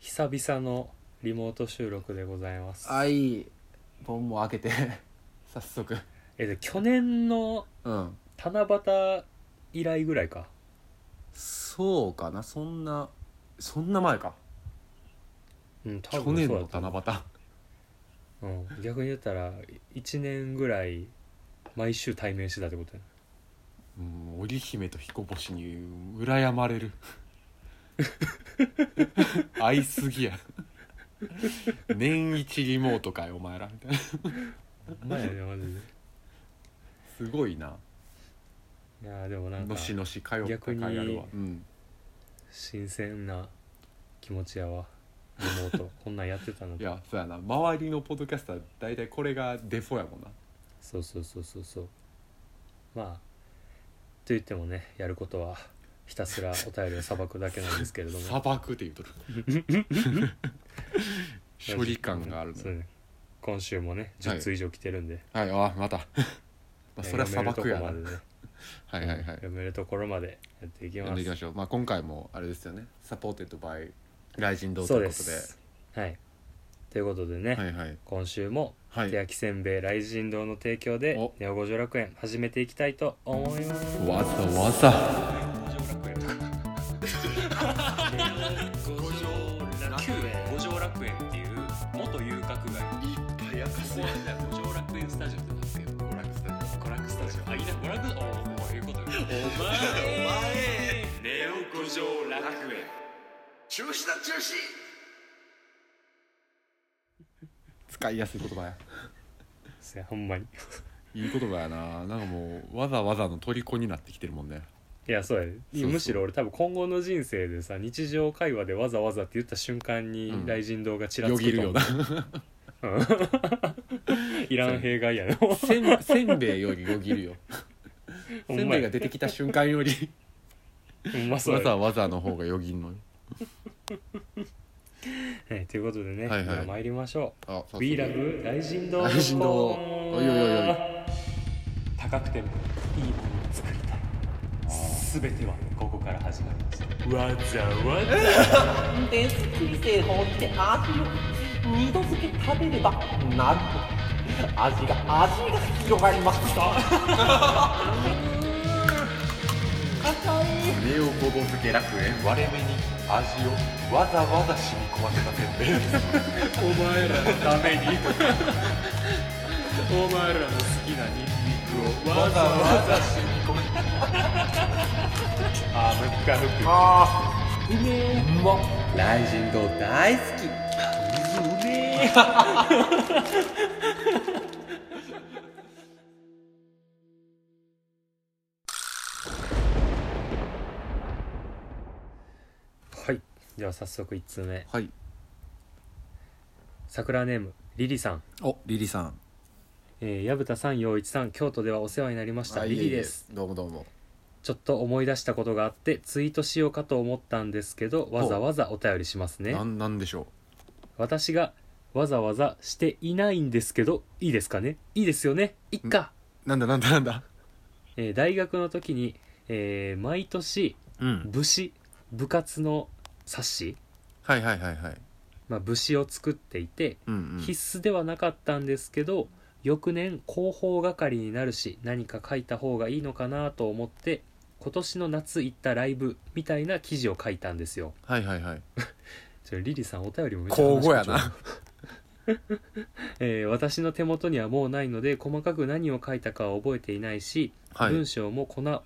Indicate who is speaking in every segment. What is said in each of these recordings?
Speaker 1: 久々のリモート収録でございます
Speaker 2: はい本も開けて 早速
Speaker 1: えで去年の
Speaker 2: うん
Speaker 1: 七夕以来ぐらいか
Speaker 2: そうかなそんなそんな前か
Speaker 1: うん多
Speaker 2: 去年
Speaker 1: そう
Speaker 2: の
Speaker 1: だと思う
Speaker 2: 七
Speaker 1: うん、逆に言ったら1年ぐらい毎週対面してたってことや
Speaker 2: 夕うん織姫と彦星に羨ま れる会いすぎや年一リモートかいお前らみたいな
Speaker 1: な前やねマジです
Speaker 2: ごいない
Speaker 1: やーでもなんか
Speaker 2: のしのし通った
Speaker 1: 逆に
Speaker 2: 甲斐あるわうん
Speaker 1: 新鮮な気持ちやわリモート こんなんやってたの
Speaker 2: いやそうやな周りのポッドキャスター大体これがデフォやもんな
Speaker 1: そうそうそうそうそうまあと言ってもねやることはひたすらお便りをさばくだけなんですけれども
Speaker 2: 砂漠って言 うとる処理感がある
Speaker 1: そう
Speaker 2: ね
Speaker 1: ね今週もね
Speaker 2: は
Speaker 1: 10
Speaker 2: い
Speaker 1: 通以上来てるんで、
Speaker 2: はいあま たま
Speaker 1: ね
Speaker 2: あそれは砂漠やな、
Speaker 1: 読めるとこま
Speaker 2: は
Speaker 1: で
Speaker 2: い
Speaker 1: ね
Speaker 2: はいはい
Speaker 1: 読めるところまでやっていきま
Speaker 2: 読
Speaker 1: す
Speaker 2: んでいきましょう、まあ、今回もあれですよねサポーテッドバイ雷神堂と
Speaker 1: そう
Speaker 2: いう
Speaker 1: で
Speaker 2: ことです
Speaker 1: はいということでね、
Speaker 2: はいはい
Speaker 1: 今週も
Speaker 2: は
Speaker 1: 手
Speaker 2: い
Speaker 1: 焼きせんべい雷神堂の提供で
Speaker 2: お
Speaker 1: ネオ五条楽園始めていきたいと思います
Speaker 2: わざわざ
Speaker 1: 五条楽園五条楽園っていう元遊郭街
Speaker 2: いっぱいやか
Speaker 1: ここは五条楽園スタジオってなんですけど
Speaker 2: 娯楽スタジ
Speaker 1: 娯楽スタジオあいいな娯楽おおこういうことよお前ネオ五条楽園
Speaker 3: 中止だ中止
Speaker 2: オ使いやすい言葉や
Speaker 1: せやほんまに
Speaker 2: いい言葉やななんかもうわざわざの虜になってきてるもんね
Speaker 1: いやそうや
Speaker 2: うそう
Speaker 1: むしろ俺多分今後の人生でさ日常会話でわざわざって言った瞬間に
Speaker 2: うん
Speaker 1: 雷神堂がちら
Speaker 2: よ
Speaker 1: つ
Speaker 2: ぎ
Speaker 1: く
Speaker 2: る
Speaker 1: と思
Speaker 2: よ
Speaker 1: う
Speaker 2: うな
Speaker 1: いらん弊害やの
Speaker 2: せんせんべいよりよぎるよ
Speaker 1: ほ
Speaker 2: せ
Speaker 1: ん
Speaker 2: ん
Speaker 1: ま
Speaker 2: べい
Speaker 1: や
Speaker 2: が出てきた瞬間より
Speaker 1: ほんま そう
Speaker 2: わ
Speaker 1: や
Speaker 2: ざわざの方がよぎんのよ
Speaker 1: はいということでね
Speaker 2: はいはい
Speaker 1: では参りましょう
Speaker 2: あ、
Speaker 1: 「We Love 雷神堂」
Speaker 2: 雷神堂おいおいおいおい
Speaker 1: 高くてもいいものを作りたいすべてはここから始まりますわざわざ
Speaker 4: デス規制法ってあるよ二度漬け食べればなるほど味が味が広がりました硬い
Speaker 2: ネオごぼ漬け楽園割れ目に味をわざわざ染み込ませたせんべい
Speaker 1: お前らのためにお前らの好きなニンニクをわざわざ染み込めあーむっかむく
Speaker 4: あーうめえうま
Speaker 2: 雷神堂大好き
Speaker 4: うめえ
Speaker 1: はいでは早速1通目
Speaker 2: はい
Speaker 1: 桜ネームリリさん
Speaker 2: おリリさん
Speaker 1: えー、矢蓋さん陽一さん京都ではお世話になりました
Speaker 2: あ
Speaker 1: リ
Speaker 2: いえ
Speaker 1: リ
Speaker 2: いえ
Speaker 1: です
Speaker 2: どうもどうも
Speaker 1: ちょっと思い出したことがあってツイートしようかと思ったんですけどわざわざお便りしますね
Speaker 2: なんなんでしょ
Speaker 1: 私がわざわざしていないんですけどいいですかねいいですよねいっか、
Speaker 2: うなんだなんだなんだ
Speaker 1: えー大学の時に、えー毎年
Speaker 2: うん
Speaker 1: 武士部活の冊子、
Speaker 2: はいはいはいはい
Speaker 1: まあ、武士を作っていて
Speaker 2: うんうん
Speaker 1: 必須ではなかったんですけど翌年広報係になるし何か書いた方がいいのかなと思って今年の夏行ったライブみたいな記事を書いたんですよ
Speaker 2: はいはいはい
Speaker 1: ちょリリさんお便りもめっちゃ
Speaker 2: 交互や
Speaker 1: 話し
Speaker 2: な
Speaker 1: えー私の手元にはもうないので細かく何を書いたかは覚えていないし、
Speaker 2: はい
Speaker 1: 文章もこの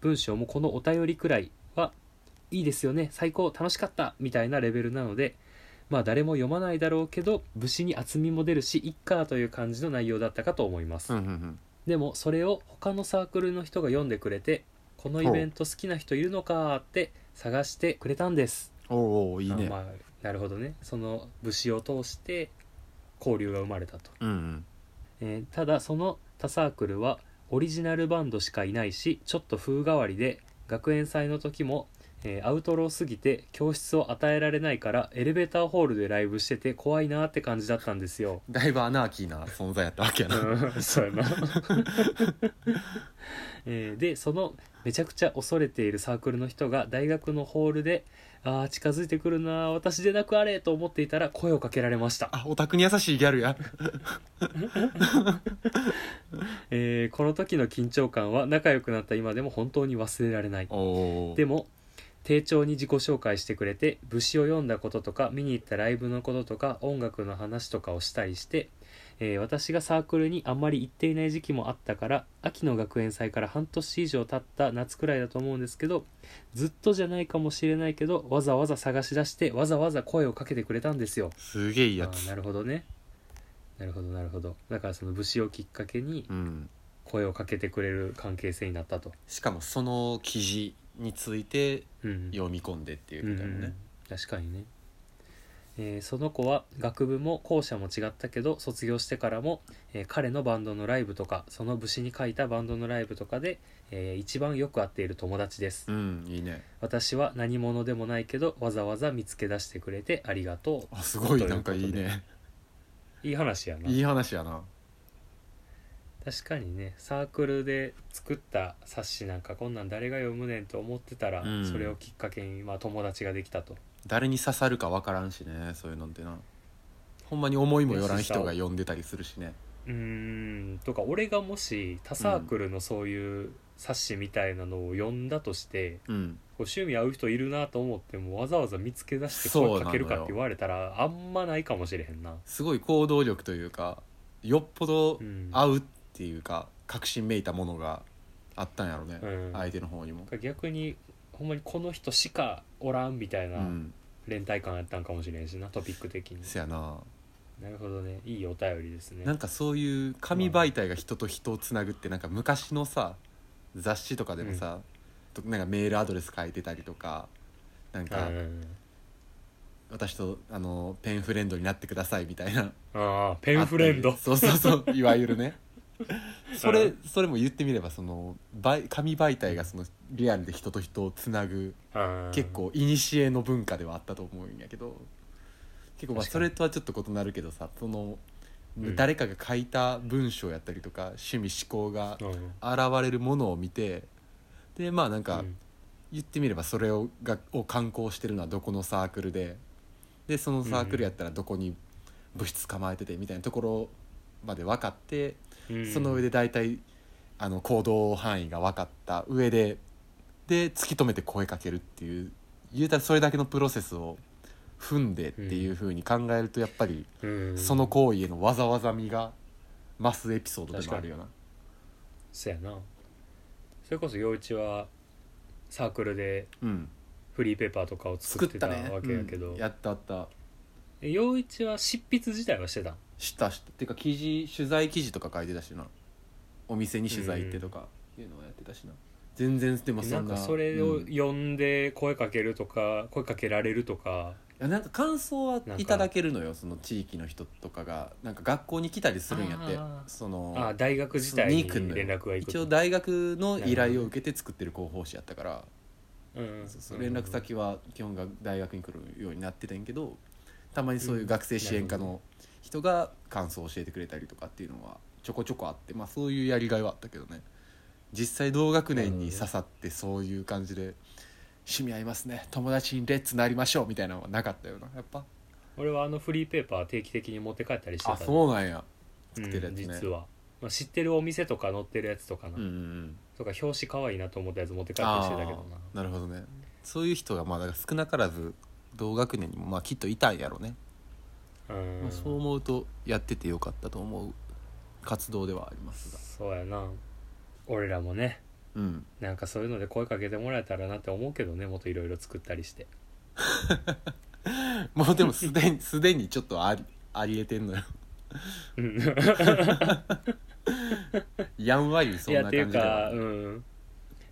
Speaker 1: 文章もこのお便りくらいはいいですよね最高楽しかったみたいなレベルなのでまあ誰も読まないだろうけど武士に厚みも出るしいっかという感じの内容だったかと思います、
Speaker 2: うんうんうん
Speaker 1: でもそれを他のサークルの人が読んでくれてこのイベント好きな人いるのかって探してくれたんです
Speaker 2: おうおういいね
Speaker 1: あまあなるほどねその武士を通して交流が生まれたと
Speaker 2: うんうん。
Speaker 1: えーただその他サークルはオリジナルバンドしかいないしちょっと風変わりで学園祭の時も、えーアウトローすぎて教室を与えられないからエレベーターホールでライブしてて怖いなーって感じだったんですよ
Speaker 2: だいぶアナーキーな存在やったわけやな
Speaker 1: うん そうやな、えーでそのめちゃくちゃ恐れているサークルの人が大学のホールであー近づいてくるなー私でなくあれと思っていたら声をかけられました
Speaker 2: あオタクに優しいギャルや
Speaker 1: えーこの時の緊張感は仲良くなった今でも本当に忘れられない
Speaker 2: お
Speaker 1: で
Speaker 2: も
Speaker 1: も丁重に自己紹介してくれて武士を読んだこととか見に行ったライブのこととか音楽の話とかをしたりして、えー私がサークルにあんまり行っていない時期もあったから秋の学園祭から半年以上経った夏くらいだと思うんですけどずっとじゃないかもしれないけどわざわざ探し出してわざわざ声をかけてくれたんですよ。
Speaker 2: すげえいいや
Speaker 1: あー
Speaker 2: つ
Speaker 1: なるほどねなるほどなるほどだからその武士をきっかけに
Speaker 2: うん
Speaker 1: 声をかけてくれる関係性になったと、
Speaker 2: しかもその記事について
Speaker 1: うん、
Speaker 2: 読み込んでっていう
Speaker 1: うんう
Speaker 2: み
Speaker 1: ん
Speaker 2: たいなね、
Speaker 1: 確かにね、えーその子は学部も校舎も違ったけど卒業してからも、えー彼のバンドのライブとかその武士に書いたバンドのライブとかで、えー一番よく会っている友達です、
Speaker 2: うんいいね
Speaker 1: 私は何者でもないけどわざわざ見つけ出してくれてありがと
Speaker 2: あすご
Speaker 1: とい
Speaker 2: い
Speaker 1: うことで
Speaker 2: なんかいいね
Speaker 1: ういい話やない
Speaker 2: い話やな
Speaker 1: 確かにねサークルで作った冊子なんかこんなん誰が読むねんと思ってたら、
Speaker 2: うん
Speaker 1: それをきっかけに、まあ、友達ができたと
Speaker 2: 誰に刺さるか分からんしねそういうのってなほんまに思いもよらん人が呼んでたりするしね
Speaker 1: うーんとか俺がもし他サークルのそういう冊子みたいなのを読んだとして、
Speaker 2: うん
Speaker 1: こう趣味合う人いるなと思ってもわざわざ見つけ出して
Speaker 2: そう
Speaker 1: 声
Speaker 2: なのよ
Speaker 1: かけるかって言われたらあんまないかもしれへんな。
Speaker 2: すごい行動力というかよっぽど
Speaker 1: うん
Speaker 2: 合うっていうか確信めいたものがあったんやろね、
Speaker 1: うん
Speaker 2: 相手の方にも、、
Speaker 1: 逆にほんまにこの人しかおらんみたいうなん連帯感やったんかもしれんしなトピック的に。
Speaker 2: せやな
Speaker 1: なるほどねいいお便りですね。
Speaker 2: なんかそういう紙媒体が人と人をつなぐってなんか昔のさ雑誌とかでもさ、となんかメールアドレス書いてたりとかなんか
Speaker 1: うん
Speaker 2: 私とあのペンフレンドになってくださいみたいな
Speaker 1: ああペンフレン
Speaker 2: あ
Speaker 1: ド
Speaker 2: ったりそうそうそういわゆるね そうれ
Speaker 1: ん
Speaker 2: それも言ってみればその媒紙媒体がそのリアルで人と人をつなぐ
Speaker 1: うん
Speaker 2: 結構古の文化ではあったと思うんやけど結構まあ
Speaker 1: 確
Speaker 2: そ
Speaker 1: かに
Speaker 2: れとはちょっと異なるけどさその
Speaker 1: うん
Speaker 2: 誰かが書いた文章やったりとか趣味思考が
Speaker 1: うん
Speaker 2: 現れるものを見てでまあなん
Speaker 1: う
Speaker 2: か
Speaker 1: ん
Speaker 2: 言ってみればそれをがを観光してるのはどこのサークルででそのサークルやったらどこに物質構えててみたいなところまで分かって
Speaker 1: うん
Speaker 2: その上で大体あの行動範囲が分かった上でで突き止めて声かけるっていう言うたらそれだけのプロセスを踏んでっていうふうに考えるとやっぱり
Speaker 1: うん
Speaker 2: その行為へのわざわざみが増すエピソードでもあるよな。
Speaker 1: そやなそれこそ陽一はサークルで
Speaker 2: うん、
Speaker 1: フリーペーパーとかを作
Speaker 2: 作
Speaker 1: っ
Speaker 2: ってた
Speaker 1: た
Speaker 2: ね
Speaker 1: わけやけど、
Speaker 2: うんやったあった
Speaker 1: え陽一は執筆自体はしてたん
Speaker 2: したしたっていうか記事取材記事とか書いてたしなお店に取材行ってとかいうのをやってたしな、全然でもそん
Speaker 1: な
Speaker 2: なん
Speaker 1: かそれを
Speaker 2: うんい
Speaker 1: 呼んで声かけるとか、声かけられるとか
Speaker 2: やなんか感想は
Speaker 1: なんか
Speaker 2: いただけるのよその地域の人とかがなんか学校に来たりするんやって
Speaker 1: あー
Speaker 2: その
Speaker 1: あ大学自体に
Speaker 2: そうに行くの
Speaker 1: 連
Speaker 2: よ
Speaker 1: 絡が行く
Speaker 2: 一
Speaker 1: と
Speaker 2: 応大学の依頼を受けて作ってる広報誌やったから、
Speaker 1: うん
Speaker 2: そうそう連絡先は基本が大学に来るようになってたんやけどたまにそういう学生支援課の人が感想を教えてくれたりとかっていうのはちょこちょこあって、まあ、そういうやりがいはあったけどね実際同学年に刺さってそういう感じで「趣味合いますね友達にレッツなりましょう」みたいなのはなかったよなやっぱ
Speaker 1: 俺はあのフリーペーパー定期的に持って帰ったりしてた
Speaker 2: あそうなんや
Speaker 1: うん
Speaker 2: 作ってるやつね
Speaker 1: 実は、まあ、知ってるお店とか載ってるやつとかな、
Speaker 2: うんうんうん
Speaker 1: とか表紙可愛いなと思ったやつ持って帰ったり
Speaker 2: あ
Speaker 1: してたけどな
Speaker 2: ーなるほどねそういう人がまあだから少なからず同学年にもまあきっといたんやろね
Speaker 1: うん、
Speaker 2: まあ、そう思うとやっててよかったと思う活動ではありますが
Speaker 1: そうやな俺らもね
Speaker 2: うん
Speaker 1: なんかそういうので声かけてもらえたらなって思うけどねもっといろいろ作ったりして
Speaker 2: もうでもすでに すでにちょっとありありえてんのよ
Speaker 1: うん
Speaker 2: やんわりそ
Speaker 1: い
Speaker 2: んな
Speaker 1: やって
Speaker 2: 感じ
Speaker 1: い
Speaker 2: で
Speaker 1: うかうん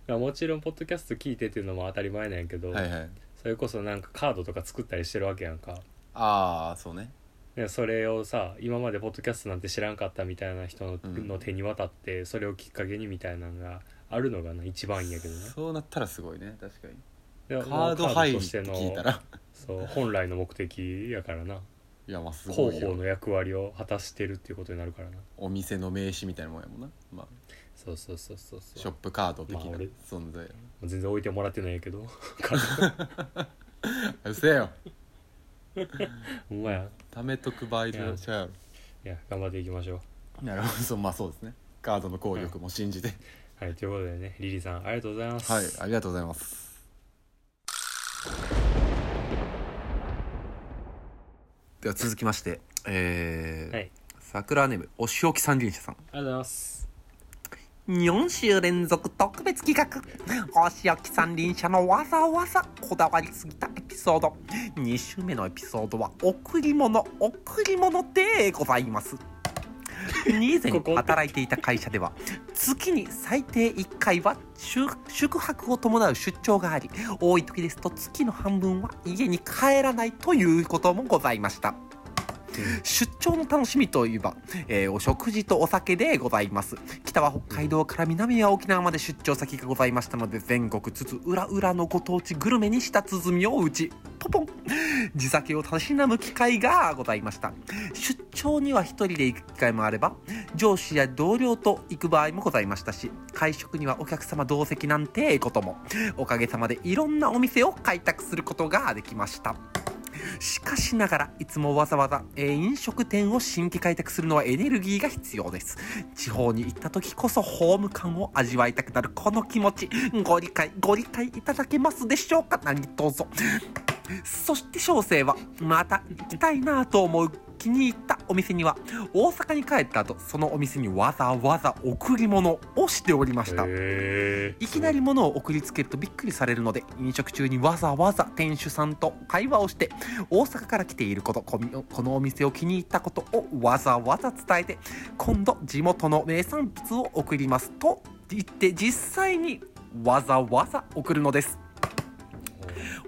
Speaker 1: まあもちろんポッドキャスト聞いてっていうのも当たり前なんやけど、
Speaker 2: はいはい
Speaker 1: それこそなんかカードとか作ったりしてるわけやんか
Speaker 2: ああそうね
Speaker 1: でそれをさ今までポッドキャストなんて知らんかったみたいな人の,、
Speaker 2: うん
Speaker 1: 手に渡ってそれをきっかけにみたいなのがあるのがな一番いいんやけどね
Speaker 2: そうなったらすごいね確かに
Speaker 1: で
Speaker 2: カード
Speaker 1: もうカ
Speaker 2: 入
Speaker 1: ードと
Speaker 2: りって
Speaker 1: しての
Speaker 2: 聞いたら
Speaker 1: そう本来の目的やからない
Speaker 2: やまあすご
Speaker 1: 広
Speaker 2: い
Speaker 1: 報
Speaker 2: よ
Speaker 1: の役割を果たしてるっていうことになるからな
Speaker 2: お店の名刺みたいなもんやもんな、まあ、
Speaker 1: そうそうそうそうそう
Speaker 2: ショップカード的
Speaker 1: まあ
Speaker 2: な
Speaker 1: 俺
Speaker 2: 存在、
Speaker 1: 全然置いてもらってないけど
Speaker 4: うせえよ
Speaker 1: ほんまや
Speaker 4: 貯めとく場合じゃちゃうや
Speaker 1: いや頑張っていきましょ
Speaker 4: ろなるほどそうまあそうですねカードの効力も信じて、
Speaker 1: うはいということでねリリーさんありがとうございます
Speaker 4: はいありがとうございますでは続きましてえー
Speaker 1: はい
Speaker 4: 桜ネームお仕置き三輪車さん
Speaker 1: ありがとうございます
Speaker 4: 4週連続特別企画お仕置き三輪車のわざわざこだわりすぎたエピソード2週目のエピソードは贈り物贈り物でございます以前
Speaker 1: ここ
Speaker 4: 働いていた会社では月に最低1回は宿宿泊を伴う出張があり多い時ですと月の半分は家に帰らないということもございました出張の楽しみといえば、えーお食事とお酒でございます北は北海道から南は沖縄まで出張先がございましたので全国津々浦々のご当地グルメに舌鼓を打ちポポン地酒をたしなむ機会がございました出張には一人で行く機会もあれば上司や同僚と行く場合もございましたし会食にはお客様同席なんてこともおかげさまでいろんなお店を開拓することができましたしかしながらいつもわざわざ、えー飲食店を新規開拓するのはエネルギーが必要です地方に行った時こそホーム感を味わいたくなるこの気持ちご理解ご理解いただけますでしょうか何卒そして小生はまた行きたいなと思う気に入ったお店には大阪に帰った後そのお店にわざわざ贈り物をしておりました
Speaker 1: へえ
Speaker 4: いきなり物を送りつけるとびっくりされるので飲食中にわざわざ店主さんと会話をして大阪から来ていることこみこのお店を気に入ったことをわざわざ伝えて今度地元の名産物を送りますと言って実際にわざわざ送るのです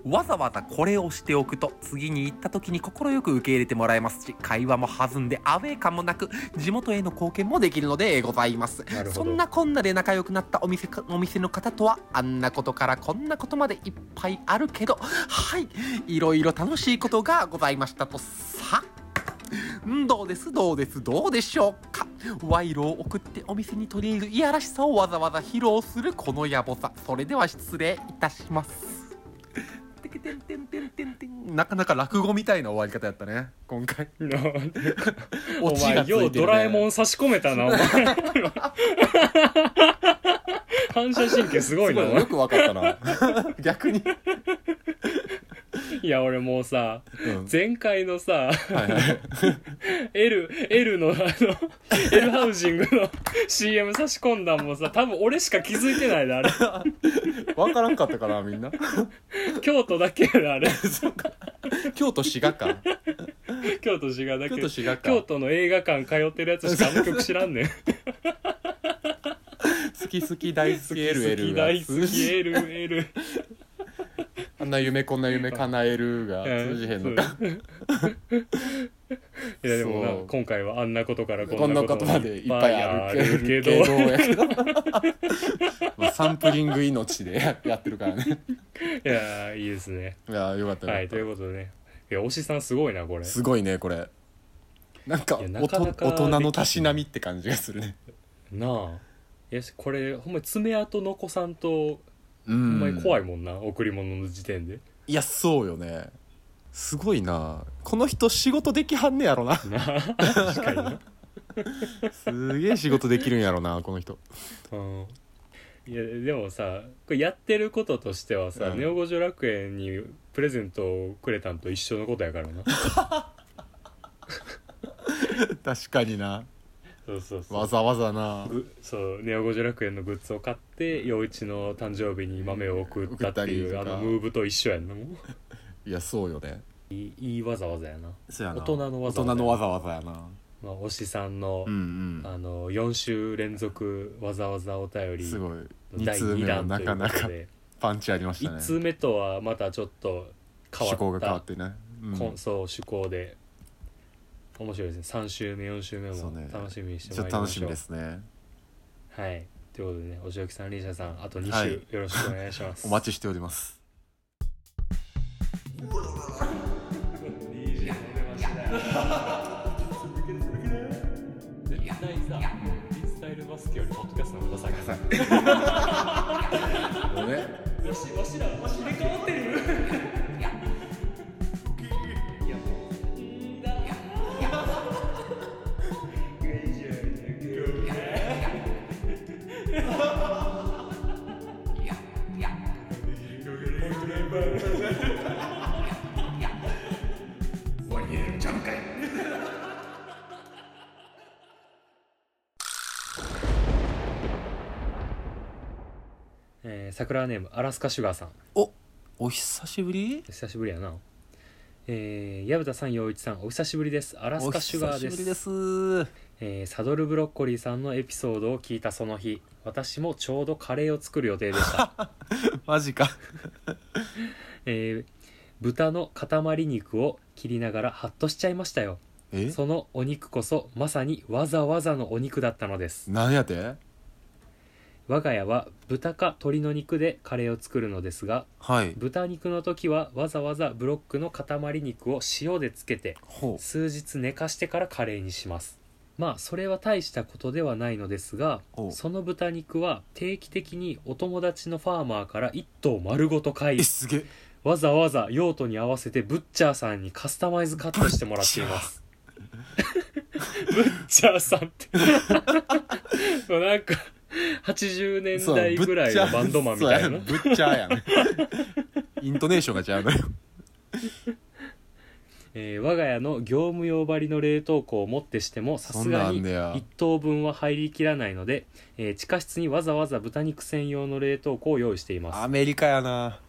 Speaker 4: わざわざこれをしておくと次に行った時に快く受け入れてもらえますし会話も弾んでアウェー感もなく地元への貢献もできるのでございます
Speaker 1: なるほど
Speaker 4: そんなこんなで仲良くなったお店かお店の方とはあんなことからこんなことまでいっぱいあるけどはいいろいろ楽しいことがございましたとさうんどうですどうですどうでしょうか賄賂を送ってお店に取り入れるいやらしさをわざわざ披露するこの野暮さそれでは失礼いたしますてけてんてんてんてんてんなかなか落語みたいな終わり方やったね今回
Speaker 1: お前ようドラえもん
Speaker 4: ん
Speaker 1: 差し込めたなお前 反射神経すごいなお前
Speaker 4: よくわかったな 逆に、
Speaker 1: いや俺もうさ
Speaker 4: うん
Speaker 1: 前回のさ
Speaker 4: はいはい、
Speaker 1: L, L のあの L ハウジングの CM 差し込んだんもさ多分俺しか気づいてないであれ
Speaker 4: わからんかったかなみんな
Speaker 1: 京都だけやであれ
Speaker 4: 京都滋賀か
Speaker 1: 京都滋賀だけ
Speaker 4: 京都滋賀か
Speaker 1: 京都の映画館通ってるやつしかあの曲知らんねん
Speaker 4: 好き好き大好き
Speaker 1: 好
Speaker 4: LL
Speaker 1: き
Speaker 4: が
Speaker 1: 大 好き LL
Speaker 4: あんな夢こんな夢叶えるが通じへんのか
Speaker 1: うんいやでもな
Speaker 4: そう
Speaker 1: 今回はあんなことから
Speaker 4: こんなことまでいっぱいあるけど
Speaker 1: いっぱいある
Speaker 4: やけどまあ サンプリング命でややってるからね
Speaker 1: けどいやいいです ね
Speaker 4: いやよかったよかった、
Speaker 1: はいということでねいや推しさんすごいなこれ
Speaker 4: すごいねこれなんか
Speaker 1: いや
Speaker 4: お
Speaker 1: なか
Speaker 4: と
Speaker 1: なか
Speaker 4: 大人のたしなみって感じがするね
Speaker 1: なあいやしこれほんまに爪痕残さんと
Speaker 4: う
Speaker 1: ほん
Speaker 4: ん
Speaker 1: まに怖いもんな、贈り物の時点で
Speaker 4: いやそうよねすごいなこの人仕事できはんねやろな
Speaker 1: なあ確かにな
Speaker 4: すげえ仕事できるんやろなこの人
Speaker 1: うんいやでもさこれやってることとしてはさ、
Speaker 4: うん
Speaker 1: ネオ五条楽園にプレゼントをくれたんと一緒のことやからな
Speaker 4: 確かにな
Speaker 1: そうそうそう
Speaker 4: わざわざな
Speaker 1: ぐそうネオ五条楽園のグッズを買って陽一の誕生日に豆を送ったってい
Speaker 4: 送
Speaker 1: う
Speaker 4: った
Speaker 1: あ
Speaker 4: りとか
Speaker 1: のムーブと一緒やんの
Speaker 4: いやそうよね
Speaker 1: いいいいわざわざやな
Speaker 4: そうや
Speaker 1: 大人のわざわざ
Speaker 4: 大人のわざわざやな
Speaker 1: まあ、推しさんの,、
Speaker 4: うん
Speaker 1: あの4週連続わざわざお便
Speaker 4: うん
Speaker 1: り
Speaker 4: すごい
Speaker 1: の
Speaker 4: 2
Speaker 1: 第
Speaker 4: 通
Speaker 1: 2
Speaker 4: 目は
Speaker 1: 弾と
Speaker 4: な
Speaker 1: いうこ
Speaker 4: かな
Speaker 1: と
Speaker 4: か
Speaker 1: で
Speaker 4: パンチありました
Speaker 1: 1
Speaker 4: ね
Speaker 1: 通目とはまたちょっと変わ
Speaker 4: 趣
Speaker 1: った
Speaker 4: 向が変わってね、うん
Speaker 1: こんそう趣向で面白いですね3週目4週目
Speaker 4: そ
Speaker 1: も
Speaker 4: うね
Speaker 1: 楽しみにして
Speaker 4: ちょ
Speaker 1: も
Speaker 4: っ
Speaker 1: らいましょう
Speaker 4: と楽しみですね
Speaker 1: はいということでねお仕置きさんリーシャさんあと2
Speaker 4: はい
Speaker 1: 週よろしくお願いします
Speaker 4: お待ちしております
Speaker 1: 絶対さフリースタイルバスケよりポッドキャストの方が先さ
Speaker 4: ね
Speaker 1: わしわしらわし入れ替わってるえー桜ネームアラスカシュガーさん
Speaker 2: おお久しぶり
Speaker 1: 久しぶりやなえー、矢田さん陽一さんお久しぶりですアラスカシュガー
Speaker 2: お久
Speaker 1: です
Speaker 2: しぶりです
Speaker 1: えーサドルブロッコリーさんのエピソードを聞いたその日私もちょうどカレーを作る予定でした
Speaker 2: マジか
Speaker 1: えー豚の塊肉を切りながらハッとしちゃいましたよ
Speaker 2: え
Speaker 1: そのお肉こそまさにわざわざのお肉だったのです
Speaker 2: 何やて
Speaker 1: 我が家は豚か鶏の肉でカレーを作るのですが
Speaker 2: はい
Speaker 1: 豚肉の時はわざわざブロックの塊肉を塩でつけて
Speaker 2: ほう
Speaker 1: 数日寝かしてからカレーにしますまあそれは大したことではないのですが
Speaker 2: お
Speaker 1: その豚肉は定期的にお友達のファーマーから1頭丸ごと買い
Speaker 2: えすげえ
Speaker 1: わざわざ用途に合わせてブッチャーさんにカスタマイズカットしてもらっています。ブッチャーさんって。もうなんか、80年
Speaker 2: そう
Speaker 1: 代ぐらいのバンドマンみたいな。
Speaker 2: ぶっちゃやねイントネーションが違うのよ
Speaker 1: えー我が家の業務用張りの冷凍庫をもってしてもさす
Speaker 2: そんな
Speaker 1: が
Speaker 2: んあ
Speaker 1: に
Speaker 2: んねや
Speaker 1: 1等分は入りきらないので、えー地下室にわざわざ豚肉専用の冷凍庫を用意しています
Speaker 2: アメリカやな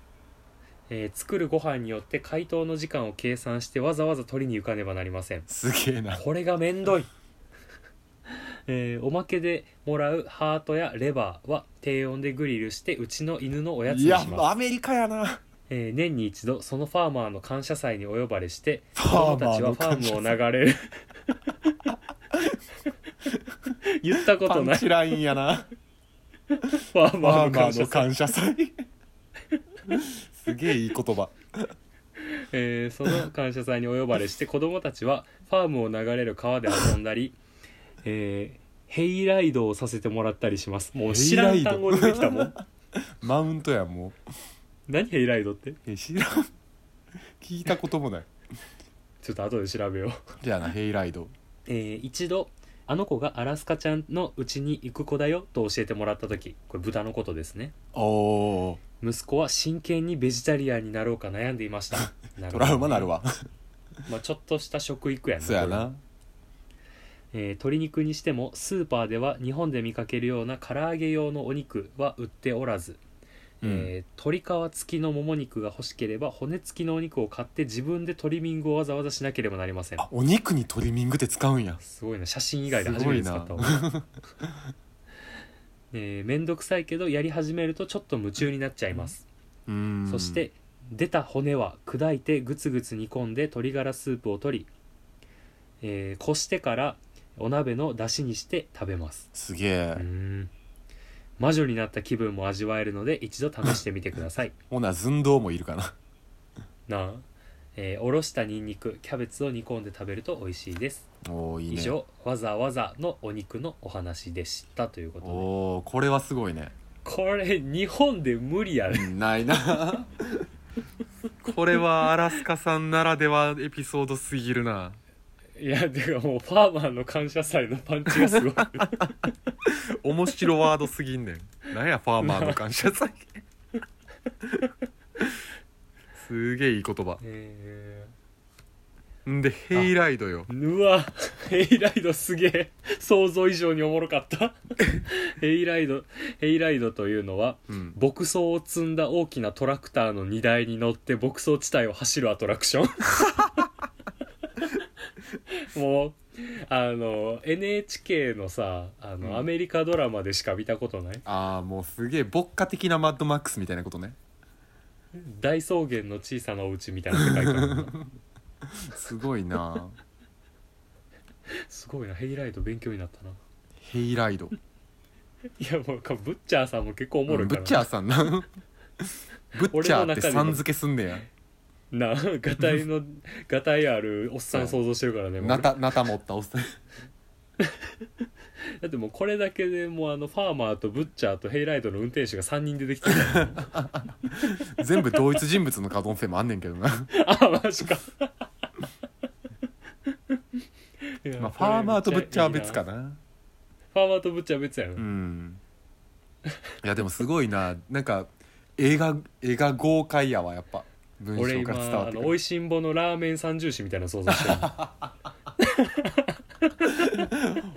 Speaker 1: えー作るご飯によって解凍の時間を計算してわざわざ取りに行かねばなりま せん
Speaker 2: すげえな
Speaker 1: これがめんどい、 えーおまけでもらうハートやレバーは低温でグリルしてうちの犬のおやつに
Speaker 2: い
Speaker 1: し
Speaker 2: や
Speaker 1: ます、
Speaker 2: アメリカやな
Speaker 1: えー年に一度そのファーマーの感謝祭にお呼ばれして
Speaker 2: フ
Speaker 1: 子供
Speaker 2: ァーマ
Speaker 1: た
Speaker 2: ー
Speaker 1: ち
Speaker 2: の
Speaker 1: はファ
Speaker 2: 感謝祭
Speaker 1: ームを流れる 言ったこ
Speaker 2: パ
Speaker 1: とない
Speaker 2: ン
Speaker 1: フ
Speaker 2: チラインやな
Speaker 1: ァー
Speaker 2: フ
Speaker 1: マー
Speaker 2: ァー
Speaker 1: の
Speaker 2: マ
Speaker 1: 感
Speaker 2: ー
Speaker 1: 謝
Speaker 2: の
Speaker 1: 祭
Speaker 2: 感謝祭すげえいい言葉
Speaker 1: えーその感謝祭にお呼ばれ して子供たちはファームを流れる川で遊んだり、えーヘイライドをさせてもらったりしますもう知らん単語出てきたも ん
Speaker 2: マウントやも
Speaker 1: 何ヘイライドって
Speaker 2: うえ知らん聞いたこともない
Speaker 1: ちょっと後で調べよう、
Speaker 2: じゃあなヘイライド
Speaker 1: えー一度あの子がアラスカちゃんのうちに行く子だよと教えてもらった時これ豚のことですね
Speaker 2: おお
Speaker 1: 息子は真剣にベジタリアンになろうか悩んでいました
Speaker 2: ートラウマなるわ
Speaker 1: まあ、ちょっとした食育やね
Speaker 2: そうや
Speaker 1: これ
Speaker 2: な
Speaker 1: えー鶏肉にしてもスーパーでは日本で見かけるような唐揚げ用のお肉は売っておらず、
Speaker 2: うん
Speaker 1: えー鶏皮付きのもも肉が欲しければ骨付きのお肉を買って自分でトリミングをわざわざしなければなりません
Speaker 2: あお肉にトリミングって使うんや
Speaker 1: すごいな写真以外で初めて使ったわ えーめんどくさいけどやり始めるとちょっと夢中になっちゃいます、
Speaker 2: うん
Speaker 1: そして出た骨は砕いてグツグツ煮込んで鶏ガラスープを取り、えーこしてからお鍋の出汁にして食べます
Speaker 2: すげえ、
Speaker 1: うん魔女になった気分も味わえるので一度試してみてくださ い
Speaker 2: ほな寸胴もいるかな
Speaker 1: なあ、えーおろしたニンニクキャベツを煮込んで食べると美味しいです
Speaker 2: おおいいね
Speaker 1: 以上わざわざのお肉のお話でしたということで
Speaker 2: おおこれはすごい ね
Speaker 1: これ日本で無理 やね
Speaker 2: うんないなこれはアラスカさんならではエピソードすぎるない
Speaker 1: やてかもうファーマーの感謝祭のパンチが すごい
Speaker 2: 面白ワードすぎんねんなんやファーマーの感謝 祭すげえいい言葉
Speaker 1: え
Speaker 2: んでヘイライドよ
Speaker 1: ーうわヘイライドすげえ想像以上におもろかった ヘイライドヘイライドというのは
Speaker 2: うん
Speaker 1: 牧草を積んだ大きなトラクターの荷台に乗って牧草地帯を走るアトラクショ ンもうあの NHK のさあの、
Speaker 2: うん
Speaker 1: アメリカドラマでしか見たことない
Speaker 2: ああもうすげえ牧歌的なマッドマックスみたいなことね
Speaker 1: 大草原の小さなお家みたいな世界観だな
Speaker 2: すごいな
Speaker 1: すごいなヘイライド勉強になったな
Speaker 2: ヘイライド
Speaker 1: いやもうこれブッチャーさんも結構おもろいか
Speaker 2: ブ
Speaker 1: ら、
Speaker 2: ッチャーさんなブッチャーってさん付けすんねや
Speaker 1: なガタイ のガタイあるおっさん想像してるからねもう
Speaker 2: なたなた持ったおっさん
Speaker 1: だってもうこれだけでもうあのファーマーとブッチャーとヘイライドの運転手が3人出てきてるから
Speaker 2: 全部同一人物の可能性もあんねんけどな
Speaker 1: あマジかいや
Speaker 2: まあファーマーとブッチャーは別か
Speaker 1: これめっちゃいいな
Speaker 2: な
Speaker 1: ファーマーとブッチャーは別やな、
Speaker 2: うんいやでもすごいななんか映画映画豪快やわやっぱ文
Speaker 1: 俺
Speaker 2: 章から伝
Speaker 1: 今
Speaker 2: わ
Speaker 1: あ
Speaker 2: って
Speaker 1: の
Speaker 2: く
Speaker 1: お
Speaker 2: る
Speaker 1: いしんぼのラーメン三重視みたいなの想像してる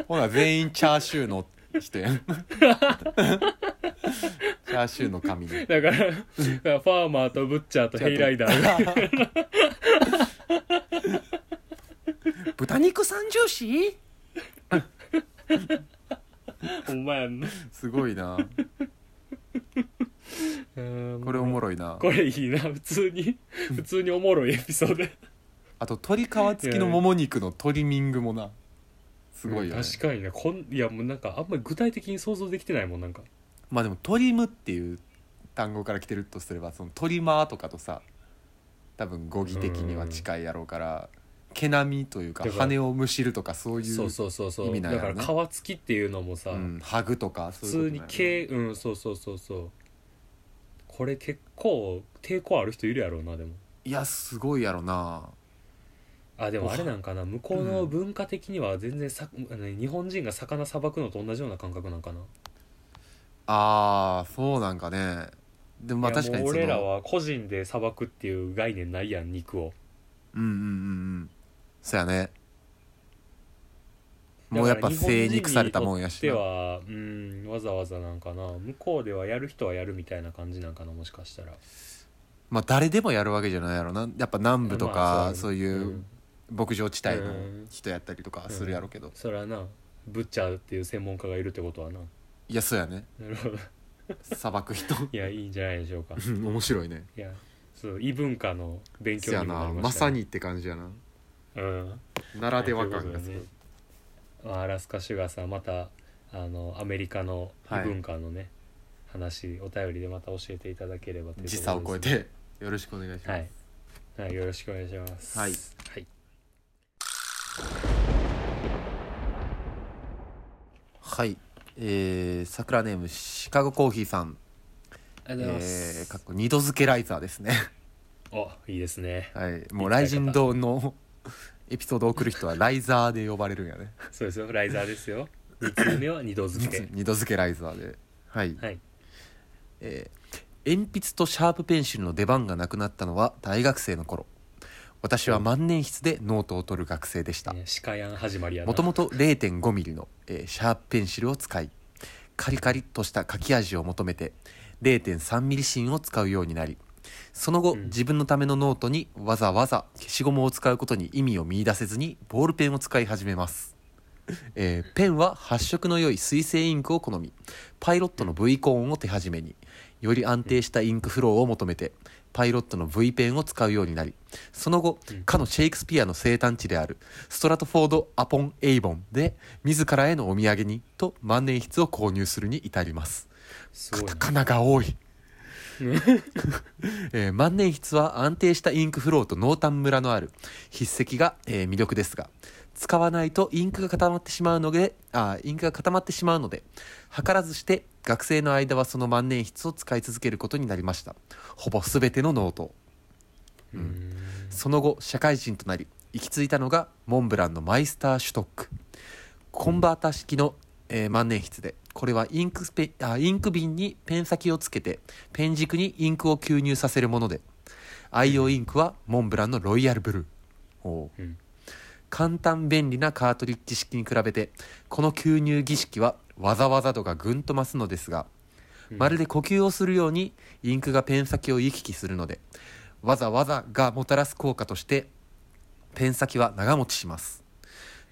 Speaker 2: ほら全員チャーシューのしてチャーシューの神ね
Speaker 1: だからだからファーマーとブッチャーとヘイライダーが
Speaker 2: 豚肉三重視
Speaker 1: お前
Speaker 2: すごいなこれおもろいな
Speaker 1: これいいな普通に普通におもろいエピソード
Speaker 2: あと鶏皮付きのもも肉のトリミングもなすごいよね
Speaker 1: 確かにねこんいやもうなんかあんまり具体的に想像できてないもんなんか
Speaker 2: まあでもトリムっていう単語から来てるとすればそのトリマーとかとさ多分語義的には近いやろうから毛並みというか
Speaker 1: だから
Speaker 2: 羽をむしるとかそういう
Speaker 1: そうそうそうそ
Speaker 2: 意味
Speaker 1: う
Speaker 2: なんや
Speaker 1: だ
Speaker 2: ろ
Speaker 1: か
Speaker 2: ね
Speaker 1: ら皮付きっていうのもさ、
Speaker 2: うん、ハグとか
Speaker 1: 普
Speaker 2: そうい
Speaker 1: 通に
Speaker 2: うことなんやろね
Speaker 1: 毛うんそうそうそうそうこれ結構抵抗ある人いるやろうなでも
Speaker 2: いやすごいやろな
Speaker 1: あでもあれなんかな向こうの文化的には全然さ、あの日本人が魚さばくのと同じような感覚なんかな
Speaker 2: あーそうなんかねでもまあ
Speaker 1: いや
Speaker 2: 確かに
Speaker 1: もう
Speaker 2: そ
Speaker 1: 俺ら
Speaker 2: の
Speaker 1: は個人でさばくっていう概念ないやん肉を
Speaker 2: うんうんうんうんそうやねもうやっぱ精肉されたもんやし
Speaker 1: で
Speaker 2: な
Speaker 1: はうんわざわざなんかな向こうではやる人はやるみたいな感じなんかなもしかしたら
Speaker 2: まあ誰でもやるわけじゃないやろなやっぱ南部とか、
Speaker 1: まあ
Speaker 2: そう
Speaker 1: だね
Speaker 2: いうん牧場地帯
Speaker 1: う
Speaker 2: の
Speaker 1: ん
Speaker 2: 人やったりとかするやろうけど、
Speaker 1: それはなブッチャーっていう専門家がいるってことはない
Speaker 2: やそうやね
Speaker 1: なるほど
Speaker 2: 砂漠人
Speaker 1: いやいいんじゃないでしょうか
Speaker 2: うん 面白いね
Speaker 1: いやそう異文化の勉
Speaker 2: そう
Speaker 1: 強
Speaker 2: や
Speaker 1: にもな
Speaker 2: な
Speaker 1: りま
Speaker 2: ま
Speaker 1: した
Speaker 2: さ
Speaker 1: ね、
Speaker 2: にって感じやな
Speaker 1: うん
Speaker 2: ならでは感
Speaker 1: とい
Speaker 2: がすごい
Speaker 1: こ
Speaker 2: う
Speaker 1: とでねまあアラスカシュガーさんまたあのアメリカの異文化のね、話お便りでまた教えていただければというところです
Speaker 2: 時差を超えてよろしくお願いします、
Speaker 1: はい、はい、よろしくお願いします
Speaker 2: はい、
Speaker 1: はい、
Speaker 2: はい、えー、桜ネームシカゴコーヒーさん、
Speaker 1: ありがとうございます、
Speaker 2: えー、かっこ二度漬けライザーですね
Speaker 1: おいいですね
Speaker 2: はいもう雷神堂の エピソードを送る人はライザーで呼ばれるんやね
Speaker 1: そうですよライザーですよ2通目は二度漬け
Speaker 2: 二度漬けライザーではい
Speaker 1: はい
Speaker 2: えー鉛筆とシャープペンシルの出番がなくなったのは大学生の頃私は万年筆でノートを取る学生でした
Speaker 1: ねシカヤン始まりやな
Speaker 2: もともと0 5ミリの、えーシャープペンシルを使いカリカリとした書き味を求めて0 3ミリ芯を使うようになりその後、
Speaker 1: うん
Speaker 2: 自分のためのノートにわざわざ消しゴムを使うことに意味を見出せずにボールペンを使い始めます、えーペンは発色の良い水性インクを好みパイロットの V コーンを手始めにより安定したインクフローを求めてパイロットの V ペンを使うようになりその後
Speaker 1: うん
Speaker 2: かのシェイクスピアの生誕地であるストラトフォード・アポン・エイボンで自らへのお土産にと万年筆を購入するに至ります
Speaker 1: す
Speaker 2: カ
Speaker 1: ごい
Speaker 2: タ
Speaker 1: な
Speaker 2: カナが 多い、えー万年筆は安定したインクフローと濃淡ムラのある筆跡が、えー魅力ですが使わないとインクが固まってしまうのであーインクが固まってしまうので図らずして学生の間はその万年筆を使い続けることになりましたほぼ全てのノートを
Speaker 1: うーん
Speaker 2: その後社会人となり行き着いたのがモンブランのマイスターシュトックコンバータ式の、えー万年筆でこれはインクスペあインク瓶にペン先をつけてペン軸にインクを吸入させるもので愛用インクはモンブランのロイヤルブルーおう
Speaker 1: うん
Speaker 2: 簡単便利なカートリッジ式に比べてこの吸入儀式はわざわざ度がぐんと増すのですが
Speaker 1: うん
Speaker 2: まるで呼吸をするようにインクがペン先を行き来するのでわざわざがもたらす効果としてペン先は長持ちします。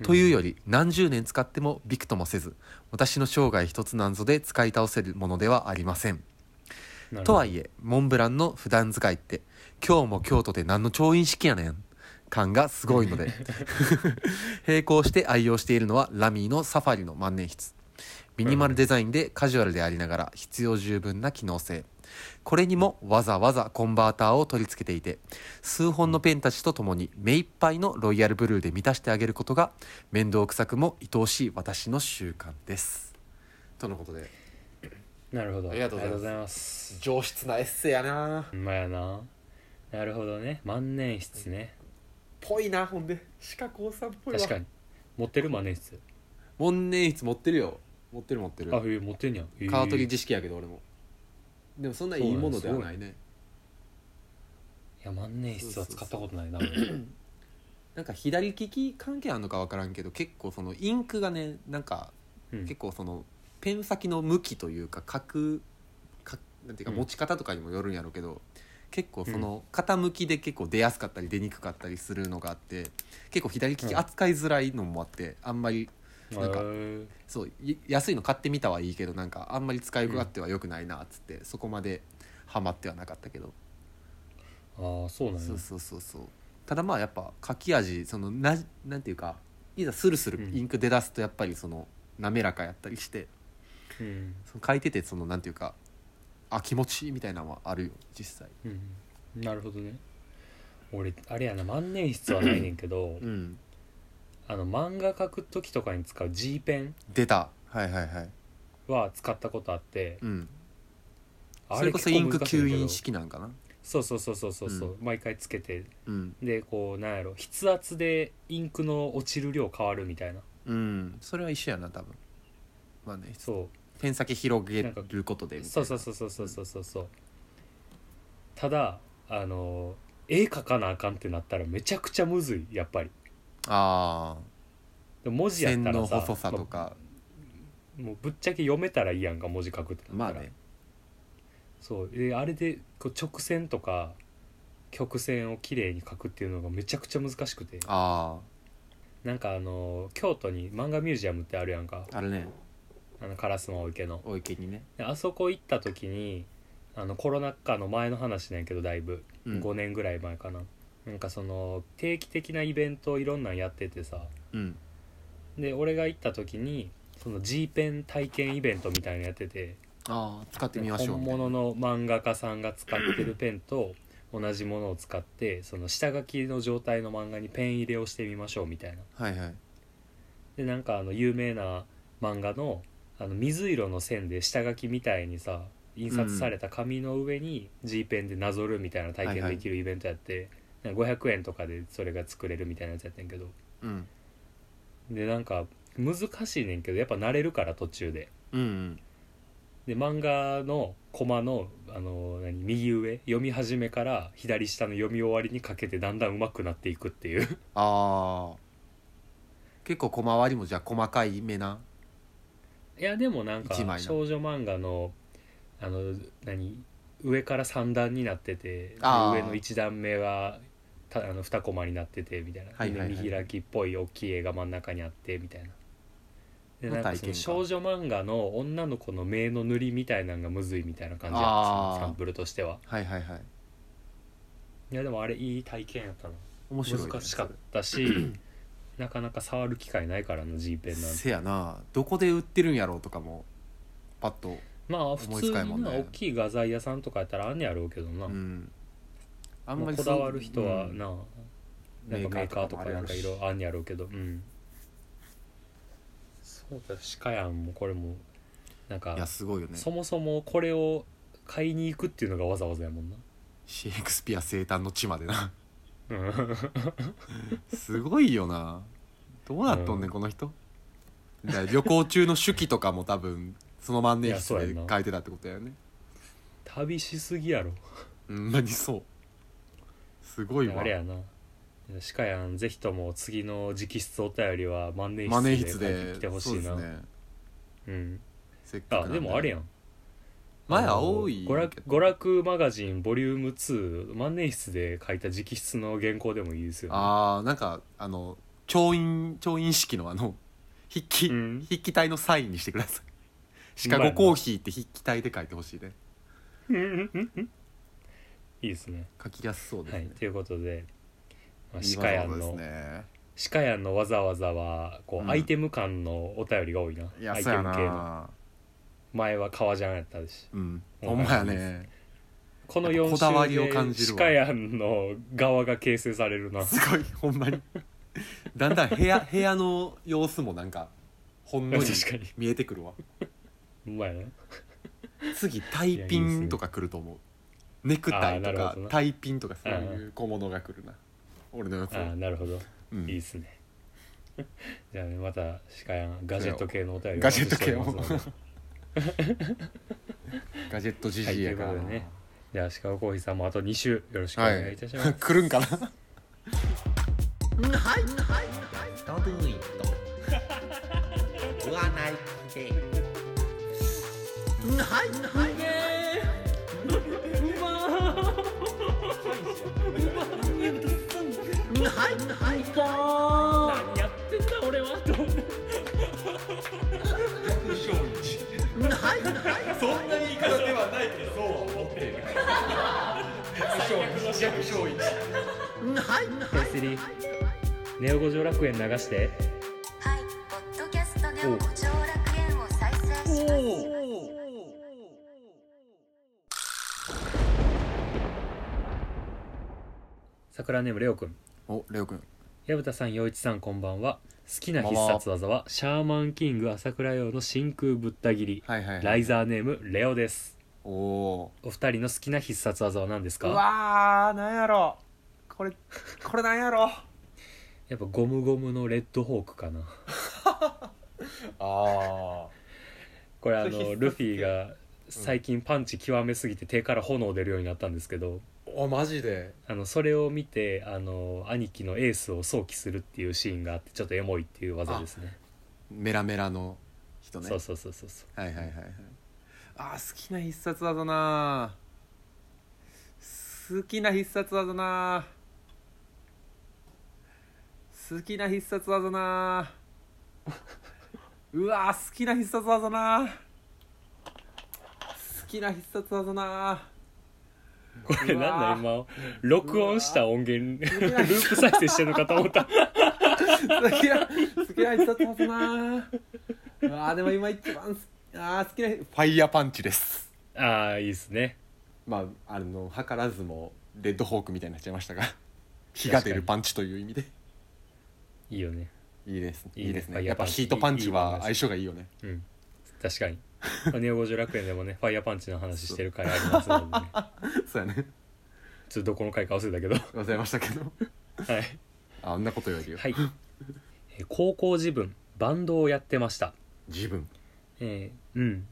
Speaker 2: というより何十年使ってもびくともせず私の生涯一つなんぞで使い倒せるものではありません。
Speaker 1: なるほど
Speaker 2: とはいえモンブランの普段使いって今日も京都で何の調印式やねん感がすごいの で並行して愛用しているのはラミーのサファリの万年筆ミニマルデザインでカジュアルでありながら必要十分な機能性これにもわざわざコンバーターを取り付けていて数本のペンたちとともに目いっぱいのロイヤルブルーで満たしてあげることが面倒くさくも愛おしい私の習慣ですとのことで
Speaker 1: なるほど
Speaker 2: ありがとうございます
Speaker 1: ます
Speaker 2: 上質なエッセイやな
Speaker 1: ほんまやななるほどね万年筆ね
Speaker 2: ぽいなほんで鹿高さんっぽ
Speaker 1: 確かに持ってる万年筆
Speaker 2: 万年筆持ってるよ持ってる持ってる
Speaker 1: あへえ持ってんやんへえ
Speaker 2: カートリッジ式やけど俺もでもそんないいものではないね
Speaker 1: いや万年筆は使ったこと ないな俺
Speaker 2: なんか左利き関係あるのか分からんけど結構そのインクがねなんか
Speaker 1: うん
Speaker 2: 結構そのペン先の向きというか書くなんていうか
Speaker 1: うん
Speaker 2: 持ち方とかにもよるんやろうけど、結構その傾きで結構出やすかったり出にくかったりするのがあって結構左利き扱いづらいのもあって、あんまりなんか
Speaker 1: へー
Speaker 2: そうい安いの買ってみたはいいけどなんかあんまり使い勝手は良くないなっつって、そこまでハマってはなかったけど、
Speaker 1: ああそうなん
Speaker 2: そ
Speaker 1: や
Speaker 2: うそうそうそうただまあやっぱ書き味そのななんていうかいざスルスル
Speaker 1: うん
Speaker 2: インク出だすとやっぱりその滑らかやったりして、
Speaker 1: うん
Speaker 2: その書いててそのなんていうかあ気持ちいいみたいなのはあるよ実際
Speaker 1: うんなるほどね俺あれやな万年筆はないねんけど、
Speaker 2: うん
Speaker 1: あの漫画描く時とかに使う G ペン
Speaker 2: 出たはいはいはい
Speaker 1: は使ったことあって、
Speaker 2: うん
Speaker 1: あ
Speaker 2: それこそインク吸
Speaker 1: 結構難しいんだけど
Speaker 2: 引式なんかな
Speaker 1: そうそうそうそうそうそう、毎回つけて
Speaker 2: うん
Speaker 1: でこうなんやろ筆圧でインクの落ちる量変わるみたいな
Speaker 2: うんそれは一緒やな多分まあね
Speaker 1: そう
Speaker 2: ペン先広げ
Speaker 1: なんか
Speaker 2: ることでみたいな
Speaker 1: そうそうそうそうそうそうそうそうただあの絵描かなあかんってなったらめちゃくちゃむずいやっぱり
Speaker 2: ああ
Speaker 1: でも文字やっ
Speaker 2: 線
Speaker 1: た
Speaker 2: の
Speaker 1: らさ
Speaker 2: 細さとか
Speaker 1: まあもうぶっちゃけ読めたらいいやんか文字書くってな
Speaker 2: ま
Speaker 1: っ
Speaker 2: あ
Speaker 1: たら、
Speaker 2: ね
Speaker 1: そうであれでこう直線とか曲線を綺麗に書くっていうのがめちゃくちゃ難しくて
Speaker 2: あ
Speaker 1: なんかあの京都に漫画ミュージアムってあるやんか
Speaker 2: ああれね
Speaker 1: あの烏丸池の
Speaker 2: お池にね、
Speaker 1: であそこ行った時にあのコロナ禍の前の話なんやけどだいぶ、
Speaker 2: うん
Speaker 1: 5年ぐらい前かななんかその定期的なイベントをいろんなんやっててさ
Speaker 2: うん、
Speaker 1: で俺が行った時にその G ペン体験イベントみたいなのやってて
Speaker 2: ああ使ってみましょう
Speaker 1: 本物の漫画家さんが使ってるペンと同じものを使ってその下書きの状態の漫画にペン入れをしてみましょうみたいな
Speaker 2: はいはい
Speaker 1: でなんかあの有名な漫画のあの水色の線で下書きみたいにさ印刷された紙の上に G ペンでなぞるみたいな体験できるイベントやって、なんか500円とかでそれが作れるみたいなやつやってんけど
Speaker 2: うん
Speaker 1: でなんか難しいねんけどやっぱ慣れるから途中で
Speaker 2: うんうん
Speaker 1: で漫画のコマのあの何右上読み始めから左下の読み終わりにかけてだんだん上手くなっていくっていう
Speaker 2: ああ結構小回りもじゃあ細かい目ない
Speaker 1: やでもなんか
Speaker 2: 一枚な
Speaker 1: 少女漫画のあの何上から3段になっててで
Speaker 2: あー
Speaker 1: 上の1段目はたあの2コマになっててみたいな、
Speaker 2: はいはいはい
Speaker 1: で見開きっぽい大きい絵が真ん中にあってみたいな。で
Speaker 2: ま
Speaker 1: な
Speaker 2: あ
Speaker 1: んかそ
Speaker 2: 体験
Speaker 1: の
Speaker 2: か
Speaker 1: 少女漫画の女の子の目の塗りみたいなのがむずいみたいな感じ
Speaker 2: あ
Speaker 1: や
Speaker 2: ー
Speaker 1: ったサンプルとしては
Speaker 2: はいはいはい
Speaker 1: いやでもあれいい体験やったな
Speaker 2: 面白いね、
Speaker 1: 難しかったしなかなか触る機会ないからな G ペンなんて
Speaker 2: せやなどこで売ってるんやろうとかもパッと
Speaker 1: まあ普
Speaker 2: 思い
Speaker 1: 通
Speaker 2: つかんも
Speaker 1: に
Speaker 2: ん
Speaker 1: な
Speaker 2: ね
Speaker 1: 大きい画材屋さんとかやったらあんねやろうけどな、
Speaker 2: うんあん
Speaker 1: ま
Speaker 2: ま
Speaker 1: あ
Speaker 2: り
Speaker 1: こ
Speaker 2: そう
Speaker 1: だわる人は
Speaker 2: うん
Speaker 1: な,、
Speaker 2: メ
Speaker 1: なんかメー
Speaker 2: ー
Speaker 1: カ
Speaker 2: カ
Speaker 1: ー
Speaker 2: ー
Speaker 1: と
Speaker 2: と
Speaker 1: か
Speaker 2: か
Speaker 1: なん
Speaker 2: もある
Speaker 1: か
Speaker 2: し
Speaker 1: いろいろあんねやろうけどうんそうだしかやんもこれもなんか
Speaker 2: いやすごいよね
Speaker 1: そもそもこれを買いに行くっていうのがわざわざやもんな
Speaker 2: シェイクスピア生誕の地までな
Speaker 1: うん
Speaker 2: すごいよなどうなっとんねん、
Speaker 1: うん
Speaker 2: この人だから旅行中の手記とかも多分その万年
Speaker 1: い
Speaker 2: 筆
Speaker 1: やそうやん
Speaker 2: で
Speaker 1: な
Speaker 2: 書いてたってことだよね
Speaker 1: 旅しすぎやろ
Speaker 2: うん何そうすごいわ
Speaker 1: あれやなしかやんぜひとも次の直筆お便りは万年
Speaker 2: 万年
Speaker 1: 筆
Speaker 2: 筆
Speaker 1: で書いて
Speaker 2: で
Speaker 1: きてほしいな
Speaker 2: そううですね
Speaker 1: ん
Speaker 2: せっかく
Speaker 1: あ
Speaker 2: なん
Speaker 1: でもあれや
Speaker 2: ん
Speaker 1: ん
Speaker 2: 前
Speaker 1: あの
Speaker 2: 青い
Speaker 1: 娯楽娯楽マガジンボリューム2万年筆で書いた直筆の原稿でもいいですよ、ね、
Speaker 2: あーなんかあの調印調印式のあの筆記、
Speaker 1: うん
Speaker 2: 筆記体のサインにしてくだ さいシ
Speaker 1: うま
Speaker 2: カ
Speaker 1: いな
Speaker 2: ゴコーヒーって筆記体で書いてほしいね
Speaker 1: いいですね
Speaker 2: 書きやすそうです
Speaker 1: はい
Speaker 2: ね、
Speaker 1: ということで、まあ、
Speaker 2: いい
Speaker 1: シカヤ
Speaker 2: 技
Speaker 1: ン
Speaker 2: です
Speaker 1: の、
Speaker 2: ね
Speaker 1: シカヤンのわざわざはこう、
Speaker 2: うん
Speaker 1: アイテム感のお便りが多いない
Speaker 2: や
Speaker 1: アイ
Speaker 2: そ
Speaker 1: テ
Speaker 2: うや
Speaker 1: ム系の
Speaker 2: な
Speaker 1: 前は革ジャンやったし
Speaker 2: うんほんまやね
Speaker 1: この
Speaker 2: やっぱこだわりを
Speaker 1: 4
Speaker 2: 感
Speaker 1: 週で
Speaker 2: じる
Speaker 1: シ
Speaker 2: わ
Speaker 1: カヤンの側が形成され るな
Speaker 2: すごいほんまにだんだん部 屋部屋の様子もなんかほんのり
Speaker 1: 確かに
Speaker 2: 見えてくるわ
Speaker 1: うまいな
Speaker 2: 次タイピンとか来ると思うネクタイ
Speaker 1: あーな
Speaker 2: と
Speaker 1: るほ
Speaker 2: か
Speaker 1: どな
Speaker 2: タイピンとかそういう小物が来るな俺のやつ
Speaker 1: ああ
Speaker 2: は
Speaker 1: なるほど、
Speaker 2: うん
Speaker 1: いいですね じゃあねまたシカヤンガジェット系のお便りを
Speaker 2: ガジェット系を
Speaker 1: お待ちしておりますので
Speaker 2: ガジェットじ
Speaker 1: はい
Speaker 2: じ
Speaker 1: とい
Speaker 2: いや
Speaker 1: うこ
Speaker 2: から
Speaker 1: とで
Speaker 2: な
Speaker 1: ねじゃあシカゴコーヒーさんもあと2週よろしくお願いいたします、
Speaker 2: 来るんかな
Speaker 4: ドドゥイド。言わないで。はいはい。
Speaker 1: 何やってんだ俺はと思って
Speaker 5: そんな言い方ではないけどそうは思っている弱小一
Speaker 1: セリネオ五条楽園流して
Speaker 6: はい、ポッドキャストでも五条楽園を再生します。
Speaker 1: 桜ネームレオくん
Speaker 2: おレオくん
Speaker 1: 薮田さん陽一さんこんばんは好きな必殺技はシャーマンキング朝倉用の真空ぶった切り、
Speaker 2: はいはいはい
Speaker 1: ライザーネームレオです
Speaker 2: おお
Speaker 1: お二人の好きな必殺技は何です
Speaker 2: ーう
Speaker 1: か
Speaker 2: わーなんやろこれこれなんやろ
Speaker 1: やっぱゴムゴムのレッドホークかな
Speaker 5: あ
Speaker 1: これ あの
Speaker 5: そう必殺系
Speaker 1: ルフィが最近パンチ極めすぎて手から炎出るようになったんですけど
Speaker 5: ああマジで
Speaker 1: あのそれを見てあの兄貴のエースを想起するっていうシーンがあってちょっとエモいっていう技ですね
Speaker 2: メラメラの人ね
Speaker 1: そうそうそうそうそう
Speaker 2: はいはいはいはいあー好きな必殺技な好きな必殺技な好きな必殺技なうわー好きな必殺技な好きな必殺技な
Speaker 1: これ
Speaker 2: う
Speaker 1: な
Speaker 2: わ
Speaker 1: んだ今録音した音源 ループ再生してるのかと思った
Speaker 2: 好きな好きな必殺技なうわーでも今一番すあー好きなファイヤーパンチです
Speaker 1: ああいいですね
Speaker 2: まああの図らずもレッドホークみたいになっちゃいましたが火が出るパンチという意味で
Speaker 1: いいよね
Speaker 2: いいですね
Speaker 1: いいね
Speaker 2: いいです
Speaker 1: ファ
Speaker 2: ね
Speaker 1: イヤ
Speaker 2: や
Speaker 1: ー
Speaker 2: っ
Speaker 1: パ
Speaker 2: ぱ
Speaker 1: ンチ
Speaker 2: ヒートパンチ
Speaker 1: いいいい
Speaker 2: は
Speaker 1: です
Speaker 2: 相性がいいよね
Speaker 1: うん確かに「ネオ五条楽園」でもねファイヤーパンチの話してる回ありますのでね
Speaker 2: そうやね
Speaker 1: ちょっとどこの回か忘れたけど
Speaker 2: 忘れましたけど
Speaker 1: はい
Speaker 2: あんなことよりよ、
Speaker 1: はい、えー高校時分バンドをやってました、
Speaker 2: 自分
Speaker 1: えーうん、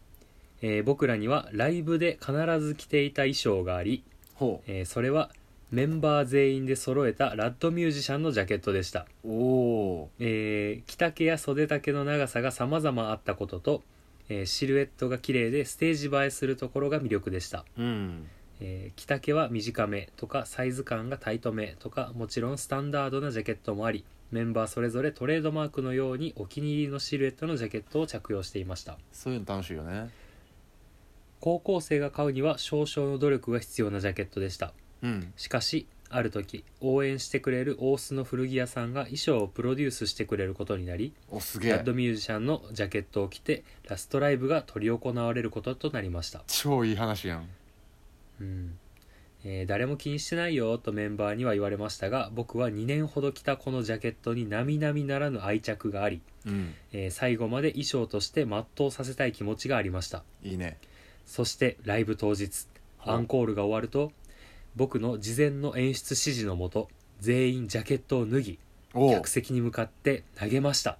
Speaker 1: えー僕らにはライブで必ず着ていた衣装があり、
Speaker 2: ほ
Speaker 1: えーそれはメンバー全員で揃えたラッドミュージシャンのジャケットでした、
Speaker 2: うお
Speaker 1: えー着丈や袖丈の長さが様々あったことと、えーシルエットが綺麗でステージ映えするところが魅力でした
Speaker 2: ーうん
Speaker 1: えー着丈は短めとかサイズ感がタイトめとかもちろんスタンダードなジャケットもありメンバーそれぞれトレードマークのようにお気に入りのシルエットのジャケットを着用していました
Speaker 2: そういうの楽しいよね
Speaker 1: 高校生が買うには少々の努力が必要なジャケットでした
Speaker 2: うん
Speaker 1: しかしある時応援してくれる大須の古着屋さんが衣装をプロデュースしてくれることになり
Speaker 2: おすげ
Speaker 1: ラッ
Speaker 2: え
Speaker 1: ドミュージシャンのジャケットを着てラストライブが執り行われることとなりました
Speaker 2: 超いい話やん
Speaker 1: うんえー誰も気にしてないよとメンバーには言われましたが僕は2年ほど着たこのジャケットに並々ならぬ愛着があり、
Speaker 2: うん
Speaker 1: えー最後まで衣装として全うさせたい気持ちがありました
Speaker 2: いいね
Speaker 1: そしてライブ当日
Speaker 2: ほう
Speaker 1: アンコールが終わると僕の事前の演出指示のもと全員ジャケットを脱ぎ
Speaker 2: おう
Speaker 1: 客席に向かって投げました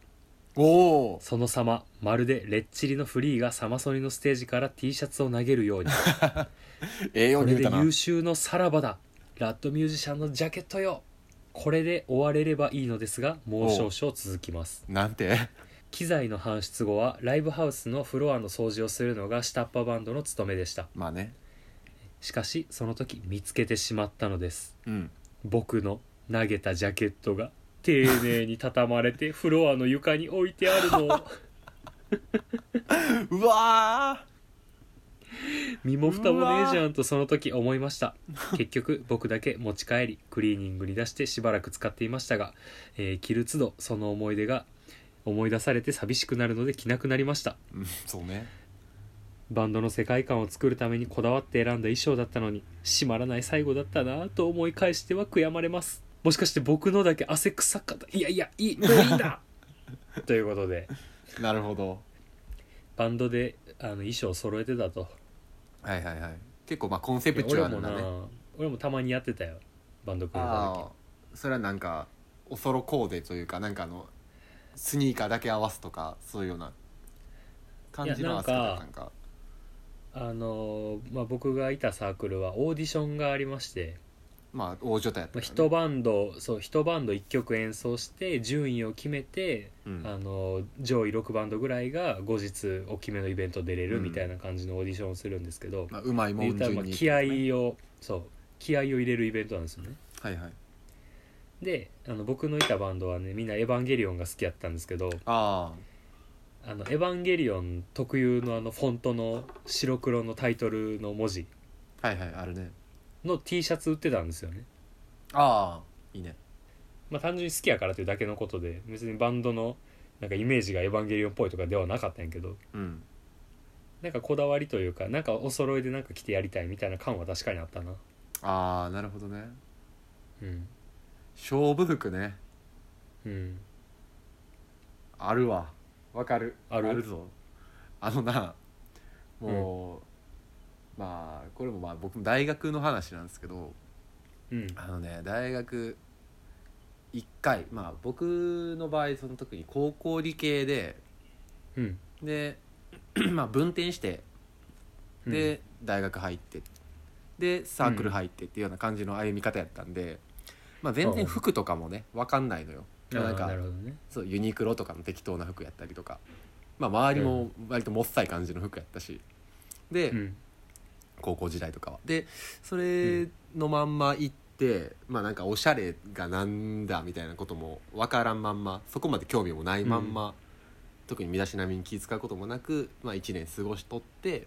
Speaker 2: おう
Speaker 1: その様まるでレッチリのフリーがサマソニのステージから T シャツを投げる ように
Speaker 2: ええよ
Speaker 1: こ
Speaker 2: う
Speaker 1: れ
Speaker 2: に言う
Speaker 1: で
Speaker 2: たな
Speaker 1: 優秀のさらばだラッドミュージシャンのジャケットよこれで終われればいいのですがもう少々続きます
Speaker 2: なんて
Speaker 1: 機材の搬出後はライブハウスのフロアの掃除をするのが下っ端バンドの務めでした
Speaker 2: まあね
Speaker 1: しかしその時見つけてしまったのです
Speaker 2: うん
Speaker 1: 僕の投げたジャケットが丁寧に畳まれてフロアの床に置いてあるのを
Speaker 2: うわ
Speaker 1: 身も蓋もねえじゃんとその時思いました 結局僕だけ持ち帰りクリーニングに出してしばらく使っていましたが、えー着る都度その思い出が思い出されて寂しくなるので着なくなりました
Speaker 2: ーうんそうね
Speaker 1: バンドの世界観を作るためにこだわって選んだ衣装だったのに締まらない最後だったなぁと思い返しては悔やまれますもしかして僕のだけ汗臭かったいやいやいいもういいん だということで
Speaker 2: なるほど
Speaker 1: バンドであの衣装を揃えてたと
Speaker 2: はいはいはい結構まあコンセプチュ
Speaker 1: 俺
Speaker 2: アル
Speaker 1: も
Speaker 2: な
Speaker 1: な
Speaker 2: ね
Speaker 1: 俺もたまにやってたよバンド組んでた時
Speaker 2: ああそれはなんかおそろコーデというかなんかあのスニーカーだけ合わすとかそういうような感じの合わせ
Speaker 1: いやなん
Speaker 2: 方
Speaker 1: か
Speaker 2: なんか
Speaker 1: あのまあ、僕がいたサークルはオーディションがありまして
Speaker 2: まあ大所帯やっ
Speaker 1: まあ、
Speaker 2: たからね
Speaker 1: 一バンドそう一バンド1曲演奏して順位を決めて、
Speaker 2: うん
Speaker 1: あの上位6バンドぐらいが後日大きめのイベント出れる
Speaker 2: うん
Speaker 1: みたいな感じのオーディションをするんですけど、
Speaker 2: まあ、うまいも
Speaker 1: 言
Speaker 2: ん
Speaker 1: ったら
Speaker 2: 順
Speaker 1: まあ
Speaker 2: に
Speaker 1: 気合をそう気合を入れるイベントなんですよね。
Speaker 2: はいはい
Speaker 1: であの僕のいたバンドはねみんな「エヴァンゲリオン」が好きやったんですけど
Speaker 2: あ
Speaker 1: 「あのエヴァンゲリオン」特有のあのフォントの白黒のタイトルの文字
Speaker 2: あはいはいあるね
Speaker 1: の T シャツ売ってたんですよね。
Speaker 2: ああいいね
Speaker 1: まあ、単純に好きやからというだけのことで別にバンドのなんかイメージが「エヴァンゲリオン」っぽいとかではなかったんやけど
Speaker 2: うん
Speaker 1: なんかこだわりというかなんかお揃いでなんか着てやりたいみたいな感は確かにあったな
Speaker 2: ああなるほどね
Speaker 1: うん
Speaker 2: 勝負服ね
Speaker 1: うん
Speaker 2: あるわわかる
Speaker 1: ある
Speaker 2: ぞあのなもう、まあこれもまあ僕も大学の話なんですけど
Speaker 1: うん
Speaker 2: あのね大学1回まあ僕の場合その特に高校理系で
Speaker 1: うん
Speaker 2: で まあ分転して
Speaker 1: うん
Speaker 2: で、大学入ってでサークル入ってっていうような感じの歩み方やったんで、まあ、全然服とかもね分かんないのよ。
Speaker 1: あー
Speaker 2: なんか
Speaker 1: なるほどね
Speaker 2: そうユニクロとかの適当な服やったりとか、まあ、周りも割ともっさい感じの服やったしで、
Speaker 1: うん
Speaker 2: 高校時代とかはでそれのまんま行って、まあなんかおしゃれがなんだみたいなことも分からんまんまそこまで興味もないまんま、特に身だしなみに気遣うこともなく、まあ、1年過ごしとって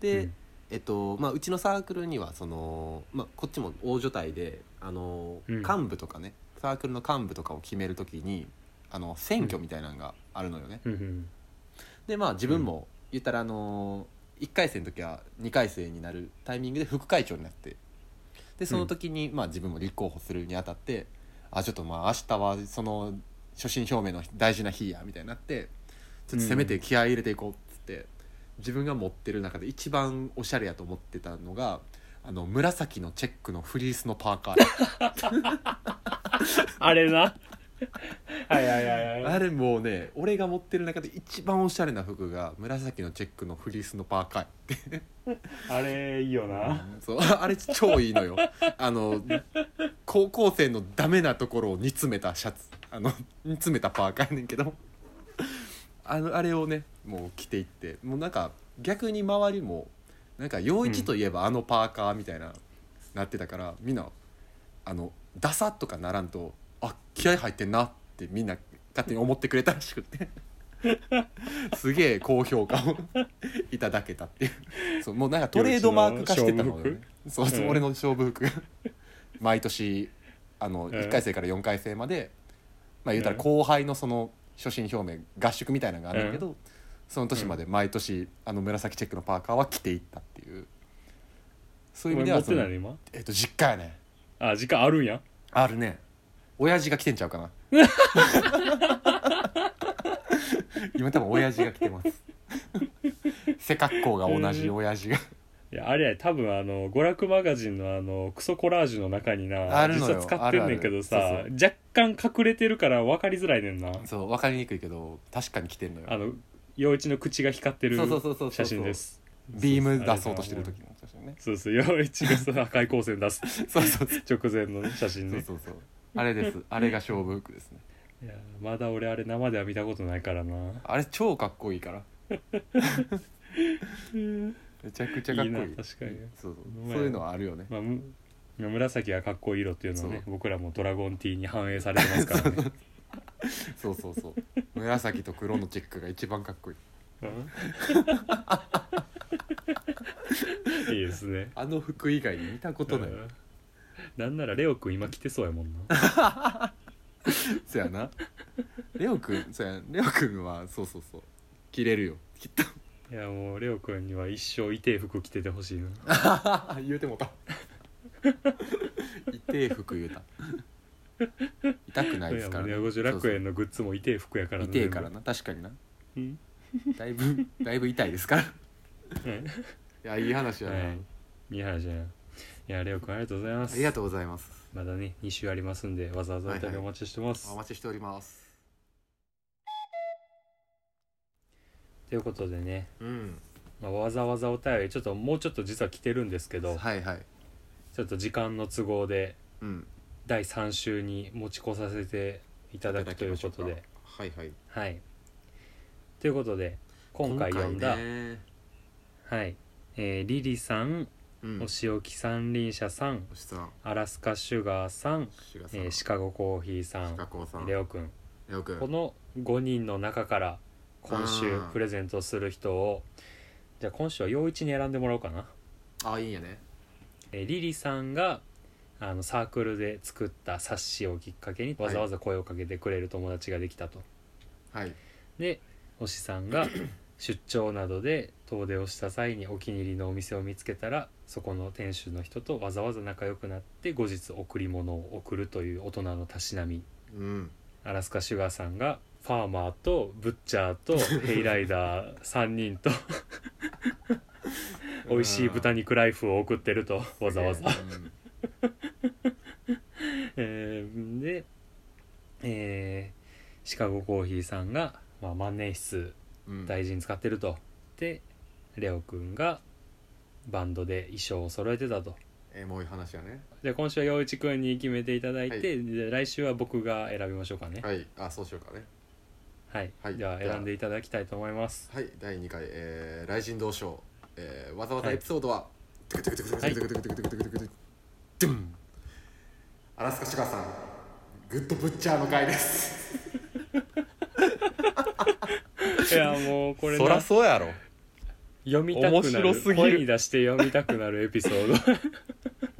Speaker 2: で、
Speaker 1: うん
Speaker 2: えっとまあ、うちのサークルにはその、まあ、こっちも大所帯であの、
Speaker 1: うん
Speaker 2: 幹部とかねサークルの幹部とかを決めるときにあの選挙みたいなのがあるのよね。
Speaker 1: うんうん
Speaker 2: でまあ自分も言ったらあの1回生の時は2回生になるタイミングで副会長になってでその時に、まあ自分も立候補するにあたってあちょっとまあ明日はその所信表明の大事な日やみたいになってちょっとせめて気合い入れていこうっつって、自分が持ってる中で一番おしゃれやと思ってたのがあの紫のチェックのフリースのパーカー
Speaker 1: あれな はいはいはいはい
Speaker 2: あれもうね俺が持ってる中で一番おしゃれな服が紫のチェックのフリースのパーカーや
Speaker 1: あれいいよな
Speaker 2: そうあれ超いいのよあの高校生のダメなところを煮詰めたシャツあの煮詰めたパーカーやねんけどあのあれをねもう着ていってもうなんか逆に周りもなんか陽一といえばあのパーカーみたいな、なってたからみんなあのダサっとかならんとあ気合入ってんなってみんな勝手に思ってくれたらしくてすげえ高評価を いただけたっていうそうもうなんかトレードマーク化してたのよ、ね、そうそう、
Speaker 1: うん
Speaker 2: 俺の勝負服が毎年あの
Speaker 1: ん
Speaker 2: 1回生から4回生まで、まあ言うたら
Speaker 1: うん
Speaker 2: 後輩のその初心表明合宿みたいなのがあるんだけど、その年まで毎年あの紫チェックのパーカーは着ていったっていう そういう意
Speaker 1: 俺持
Speaker 2: 味では
Speaker 1: っ
Speaker 2: そ
Speaker 1: て
Speaker 2: の
Speaker 1: ないの今
Speaker 2: えっと実家やね
Speaker 1: あ時間あるんや
Speaker 2: あるね親父が来てんちゃうかな 今多分親父が来てます背格好が同じ親父が
Speaker 1: いやあれや多分あの娯楽マガジンのあのクソコラージュの中にな
Speaker 2: あるのよ
Speaker 1: 実は使ってんねんけどさ
Speaker 2: あるある
Speaker 1: 若干隠れてるから分かりづらいねんな
Speaker 2: そう分かりにくいけど確かに来てんの
Speaker 1: あ
Speaker 2: よ
Speaker 1: の陽一の口が光ってる
Speaker 2: そうそうそうそうそう
Speaker 1: 写真です
Speaker 2: ビーム出そうとしてる時の写真ね
Speaker 1: そうそう陽一がさ赤い光線出す
Speaker 2: そうそうそう
Speaker 1: 直前の写真
Speaker 2: そう
Speaker 1: ね
Speaker 2: そうそうあれですあれが勝負服ですね
Speaker 1: いやまだ俺あれ生では見たことないからな
Speaker 2: あれ超かっこいいからめちゃくちゃかっこいい
Speaker 1: いいな確かに
Speaker 2: そうそう
Speaker 1: うまい
Speaker 2: そういうのはあるよ ね
Speaker 1: まあむ紫がかっこいい色っていうのはね
Speaker 2: そ
Speaker 1: 僕らもドラゴンティーに反映されてます からね
Speaker 2: そうそうそう紫と黒のチェックが一番かっこいい
Speaker 1: うん いいですね
Speaker 2: あの服以外に見たことない
Speaker 1: うんなんならレオくん今着てそうやもんな
Speaker 2: そやなレオくんそやレオくんはそうそうそう着れるよきっと
Speaker 1: いやもうレオくんには一生痛い服着ててほしいな
Speaker 2: 言うてもた 痛え服言うた痛くない
Speaker 1: い
Speaker 2: です
Speaker 1: や
Speaker 2: か
Speaker 1: も
Speaker 2: ら
Speaker 1: うね五十楽園のグッズも痛い服やから
Speaker 2: そうそう痛えからな確かにな
Speaker 1: うん
Speaker 2: だいぶだいぶ痛いですからい
Speaker 1: 全
Speaker 2: やいい話
Speaker 1: 部
Speaker 2: だ
Speaker 1: は
Speaker 2: な、
Speaker 1: いいい話じゃんいやレオくんありがとうございま
Speaker 2: あ
Speaker 1: す
Speaker 2: りがとうございます
Speaker 1: まだね2週ありますんでわざわざお便りお待ちしてます、
Speaker 2: お待ちしております
Speaker 1: ということでね、
Speaker 2: うん
Speaker 1: まあ、わざわざお便りちょっともうちょっと実は来てるんですけど、
Speaker 2: はいはい
Speaker 1: ちょっと時間の都合で
Speaker 2: うん
Speaker 1: 第3週に持ち越させていただくということで
Speaker 2: はいはい
Speaker 1: はいということで今回読んだ、
Speaker 2: ね
Speaker 1: はいえーリリさん、
Speaker 2: うん
Speaker 1: お仕置き三輪車さん
Speaker 2: 星さん
Speaker 1: アラスカシュガーさん、
Speaker 2: 志賀さん、
Speaker 1: えーシカゴコーヒーさん
Speaker 2: 鹿子さん
Speaker 1: レオくん
Speaker 2: レオくん
Speaker 1: この5人の中から今週
Speaker 2: うん
Speaker 1: プレゼントする人をじゃあ今週は陽一に選んでもらおうかな、
Speaker 2: あいいんやね
Speaker 1: えーリリさんがあのサークルで作った冊子をきっかけにわざわざ声をかけてくれる友達ができたと、
Speaker 2: はい
Speaker 1: で星さんが出張などで遠出をした際にお気に入りのお店を見つけたらそこの店主の人とわざわざ仲良くなって後日贈り物を贈るという大人のたしなみ
Speaker 2: うん
Speaker 1: アラスカシュガーさんがファーマーとブッチャーとヘイライダー3人と美味しい豚肉ライフを送ってるとわざわざ、
Speaker 2: うん
Speaker 1: えーで、えーシカゴコーヒーさんが、まあ、万年筆
Speaker 2: うん
Speaker 1: 大事に使ってると、でレオくんがバンドで衣装を揃えてたと
Speaker 2: エモい話やね
Speaker 1: で今週は陽一くんに決めていただいて、
Speaker 2: はい
Speaker 1: で来週は僕が選びましょうかね
Speaker 2: はいあそうしようかね
Speaker 1: はい、
Speaker 2: はい
Speaker 1: では選んでいただきたいと思い ます
Speaker 2: はい第2回えー雷神同賞えーわざわざエピソードはトゥクトゥクトゥクトゥクトゥクトゥクトゥクトゥクトゥクトゥクドゥンアラスカシュガーさんグッドブッチャーの回です
Speaker 1: いやもうこれな
Speaker 2: そうやろ
Speaker 1: 読みたくなる
Speaker 5: 面白すぎる
Speaker 1: 声に出して読みたくなるエピソード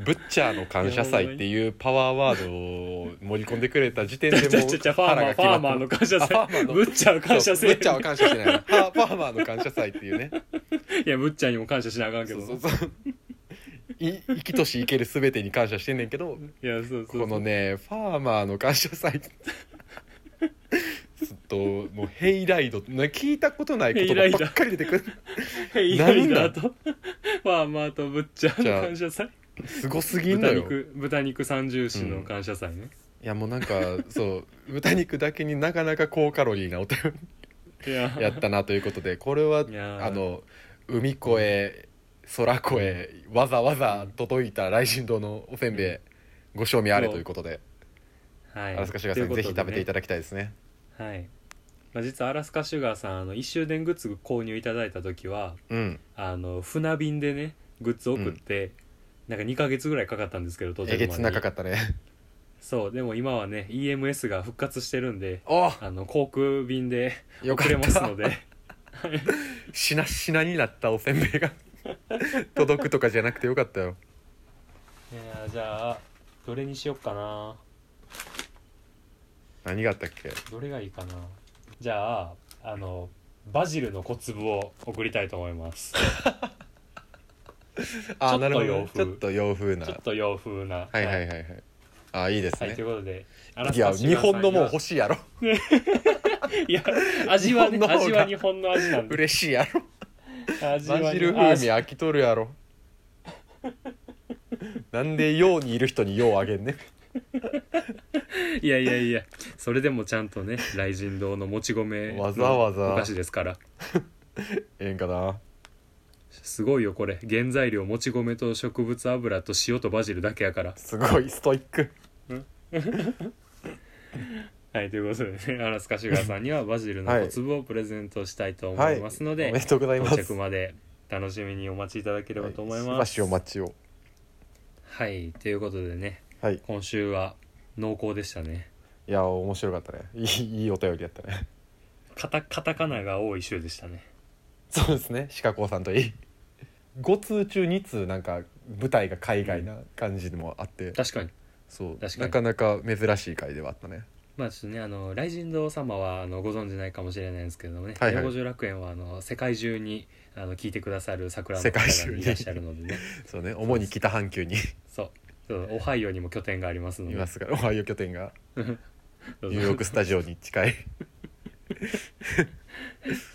Speaker 5: ブッチャーの感謝祭っていうパワーワードを盛り込んでくれた時点で
Speaker 1: ちゃ
Speaker 5: も
Speaker 1: ち
Speaker 5: う
Speaker 1: ゃちゃファーマーファーマーの感謝
Speaker 5: あファーマー
Speaker 1: 祭
Speaker 5: の
Speaker 1: ぶっちゃんは感謝
Speaker 5: そ
Speaker 1: せ
Speaker 5: う
Speaker 1: え
Speaker 5: ブッチャーは感謝してないなファファーマーの感謝祭っていうね
Speaker 1: いやぶっちゃんにも感謝しなあかんけ
Speaker 5: そ
Speaker 1: ど
Speaker 5: うそうそうい生きとし生ける全てに感謝してんねんけど
Speaker 1: いやそうそう
Speaker 5: このねファーマーの感謝祭ずっともう「ヘイライド」な聞いたことない言葉ばっかり出てくる
Speaker 1: ヘイライ ダーとファーマーとぶっちゃんの感謝祭
Speaker 5: すごすぎんの
Speaker 1: 豚
Speaker 5: よ
Speaker 1: 肉豚肉三重視の感謝祭ね、
Speaker 5: いやもうなんかそう豚肉だけになかなか高カロリーなお便り
Speaker 1: いや
Speaker 5: やったなということでこれは
Speaker 1: やー
Speaker 5: あの海越え空越えわざわざ届いた雷神堂のおせんべいご賞味あれということで
Speaker 1: はい
Speaker 5: アラスカシュガーさん、ぜひ食べていた
Speaker 1: だ
Speaker 5: だきたいですね
Speaker 1: はい、まあ、実はアラスカシュガーさんあの1周年グッズ購入いただいた時は
Speaker 5: うん
Speaker 1: あの船便でねグッズ送って、なんか2ヶ月ぐらいかかったんですけど到着ま
Speaker 5: え
Speaker 1: で
Speaker 5: げつなかかったね
Speaker 1: そうでも今はね EMS が復活してるんで
Speaker 5: お
Speaker 1: あの航空便で
Speaker 5: よか
Speaker 1: 送れま
Speaker 5: っ
Speaker 1: す
Speaker 5: た
Speaker 1: の で
Speaker 5: しなしなになったおせんべいが届くとかじゃなくてよかったよ
Speaker 1: いやーじゃあどれにしよっかな
Speaker 5: 何があったっけ
Speaker 1: どれがいいかなじゃああのバジルの小粒を送りたいと思います
Speaker 5: あ
Speaker 1: ちょ
Speaker 5: ー
Speaker 1: っと
Speaker 5: なるほど
Speaker 1: 洋
Speaker 5: ねち
Speaker 1: 風
Speaker 5: ょっと洋風な
Speaker 1: ちょっと洋風な
Speaker 5: はいはいはい
Speaker 1: は
Speaker 5: はいあーいいです
Speaker 1: いとい
Speaker 5: ね
Speaker 1: うことで
Speaker 5: いや日本のもう
Speaker 1: う
Speaker 5: 欲しいやろ
Speaker 1: いや味はね
Speaker 5: 日本の方が
Speaker 1: 味は日本の味なんで
Speaker 5: 嬉しいやろ
Speaker 1: 味はね
Speaker 5: バジル風味飽きとるやろなんで洋にいる人に洋あげんね
Speaker 1: いやいやいやそれでもちゃんとね雷神堂のもち米の
Speaker 5: わざわざ
Speaker 1: お菓子ですから
Speaker 5: ええんかな
Speaker 1: すごいよこれ原材料もち米と植物油と塩とバジルだけやから
Speaker 5: すごいストイック
Speaker 1: はいということでね アラスカシュガーさんにはバジルの小粒をプレゼントしたいと思いますので、
Speaker 5: おめでとうございます
Speaker 1: 到着まで楽しみにお待ちいただければと思い
Speaker 5: は
Speaker 1: ま
Speaker 5: しば
Speaker 1: す
Speaker 5: しお待ちを
Speaker 1: はいということでね
Speaker 5: はい
Speaker 1: 今週は濃厚でしたね
Speaker 5: いや面白かったねいいいいお便りやったね
Speaker 1: カタカタカナが多い週でしたね
Speaker 5: そうですね鹿子さんといい5通中2通なんか舞台が海外な感じでもあって、
Speaker 1: 確かに
Speaker 5: そう
Speaker 1: 確かに
Speaker 5: なかなか珍しい回ではあったね
Speaker 1: まあちょっとねあの雷神堂様はあのご存知ないかもしれないんですけどもね
Speaker 5: はいはい
Speaker 1: 五十楽園はあの世界中にあの聞いてくださる桜の
Speaker 5: 世
Speaker 1: 方
Speaker 5: 界中
Speaker 1: が
Speaker 5: に
Speaker 1: いらっしゃるのでね
Speaker 5: そうね主に北半球に
Speaker 1: そうそうオハイオにも拠点がありますの
Speaker 5: い
Speaker 1: で
Speaker 5: ますからオハイオ拠点が
Speaker 1: どうぞ
Speaker 5: ニューヨークスタジオに近い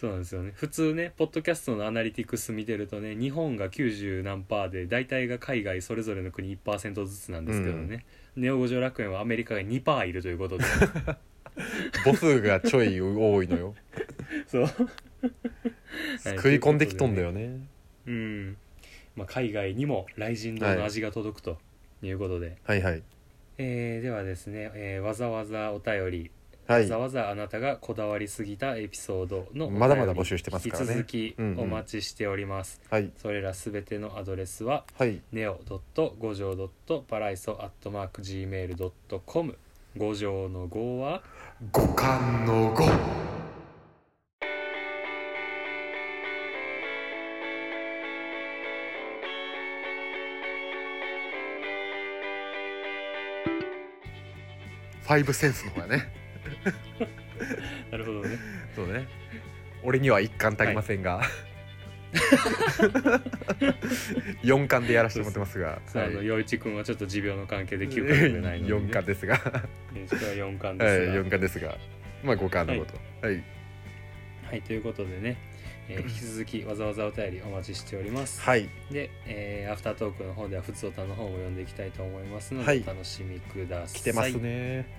Speaker 1: そうなんですよね普通ねポッドキャストのアナリティクス見てるとね日本が90何パーで大体が海外それぞれの国1%ずつなんですけどね、ネオ五条楽園はアメリカが2パーいるということで
Speaker 5: 母数がちょい多い のよ
Speaker 1: そう、
Speaker 5: 食い込んできとんだ
Speaker 1: よ、
Speaker 5: よね
Speaker 1: うんまあ、海外にも雷神堂の味が届くとということで、
Speaker 5: はいはい
Speaker 1: えーではですね、えーわざわざお便り、
Speaker 5: は
Speaker 1: わざ
Speaker 5: い
Speaker 1: わざあなたがこだわりすぎたエピソードのお便り
Speaker 5: まだまだ募集してますからね
Speaker 1: 引き
Speaker 5: うん
Speaker 1: 続
Speaker 5: う
Speaker 1: きお
Speaker 5: ん
Speaker 1: 待ちしております、
Speaker 5: はい
Speaker 1: それらすべてのアドレスは
Speaker 5: はい
Speaker 1: ネオドット五条ドットパライソアットマーク gmail ドットコム五条の五は
Speaker 5: 五感の五ファイブセンスの方やね
Speaker 1: なるほどね
Speaker 5: そうね俺には一巻足りませんが、四巻でやらせてもらってますが
Speaker 1: さあ、あの
Speaker 5: はい
Speaker 1: 陽一君はちょっと持病の関係で9巻読めないの で、ね、
Speaker 5: 四巻ですが
Speaker 1: えーそれは4巻
Speaker 5: は
Speaker 1: です
Speaker 5: い
Speaker 1: が、
Speaker 5: 四巻ですがまあ五巻のことはい
Speaker 1: はい、ということでね、えー引き続きわざわざお便りお待ちしております。
Speaker 5: はい
Speaker 1: で、えーアフタートークの方では、ふつおたの方も読んでいきたいと思いますので、
Speaker 5: はい
Speaker 1: お楽しみください。
Speaker 5: 来てますね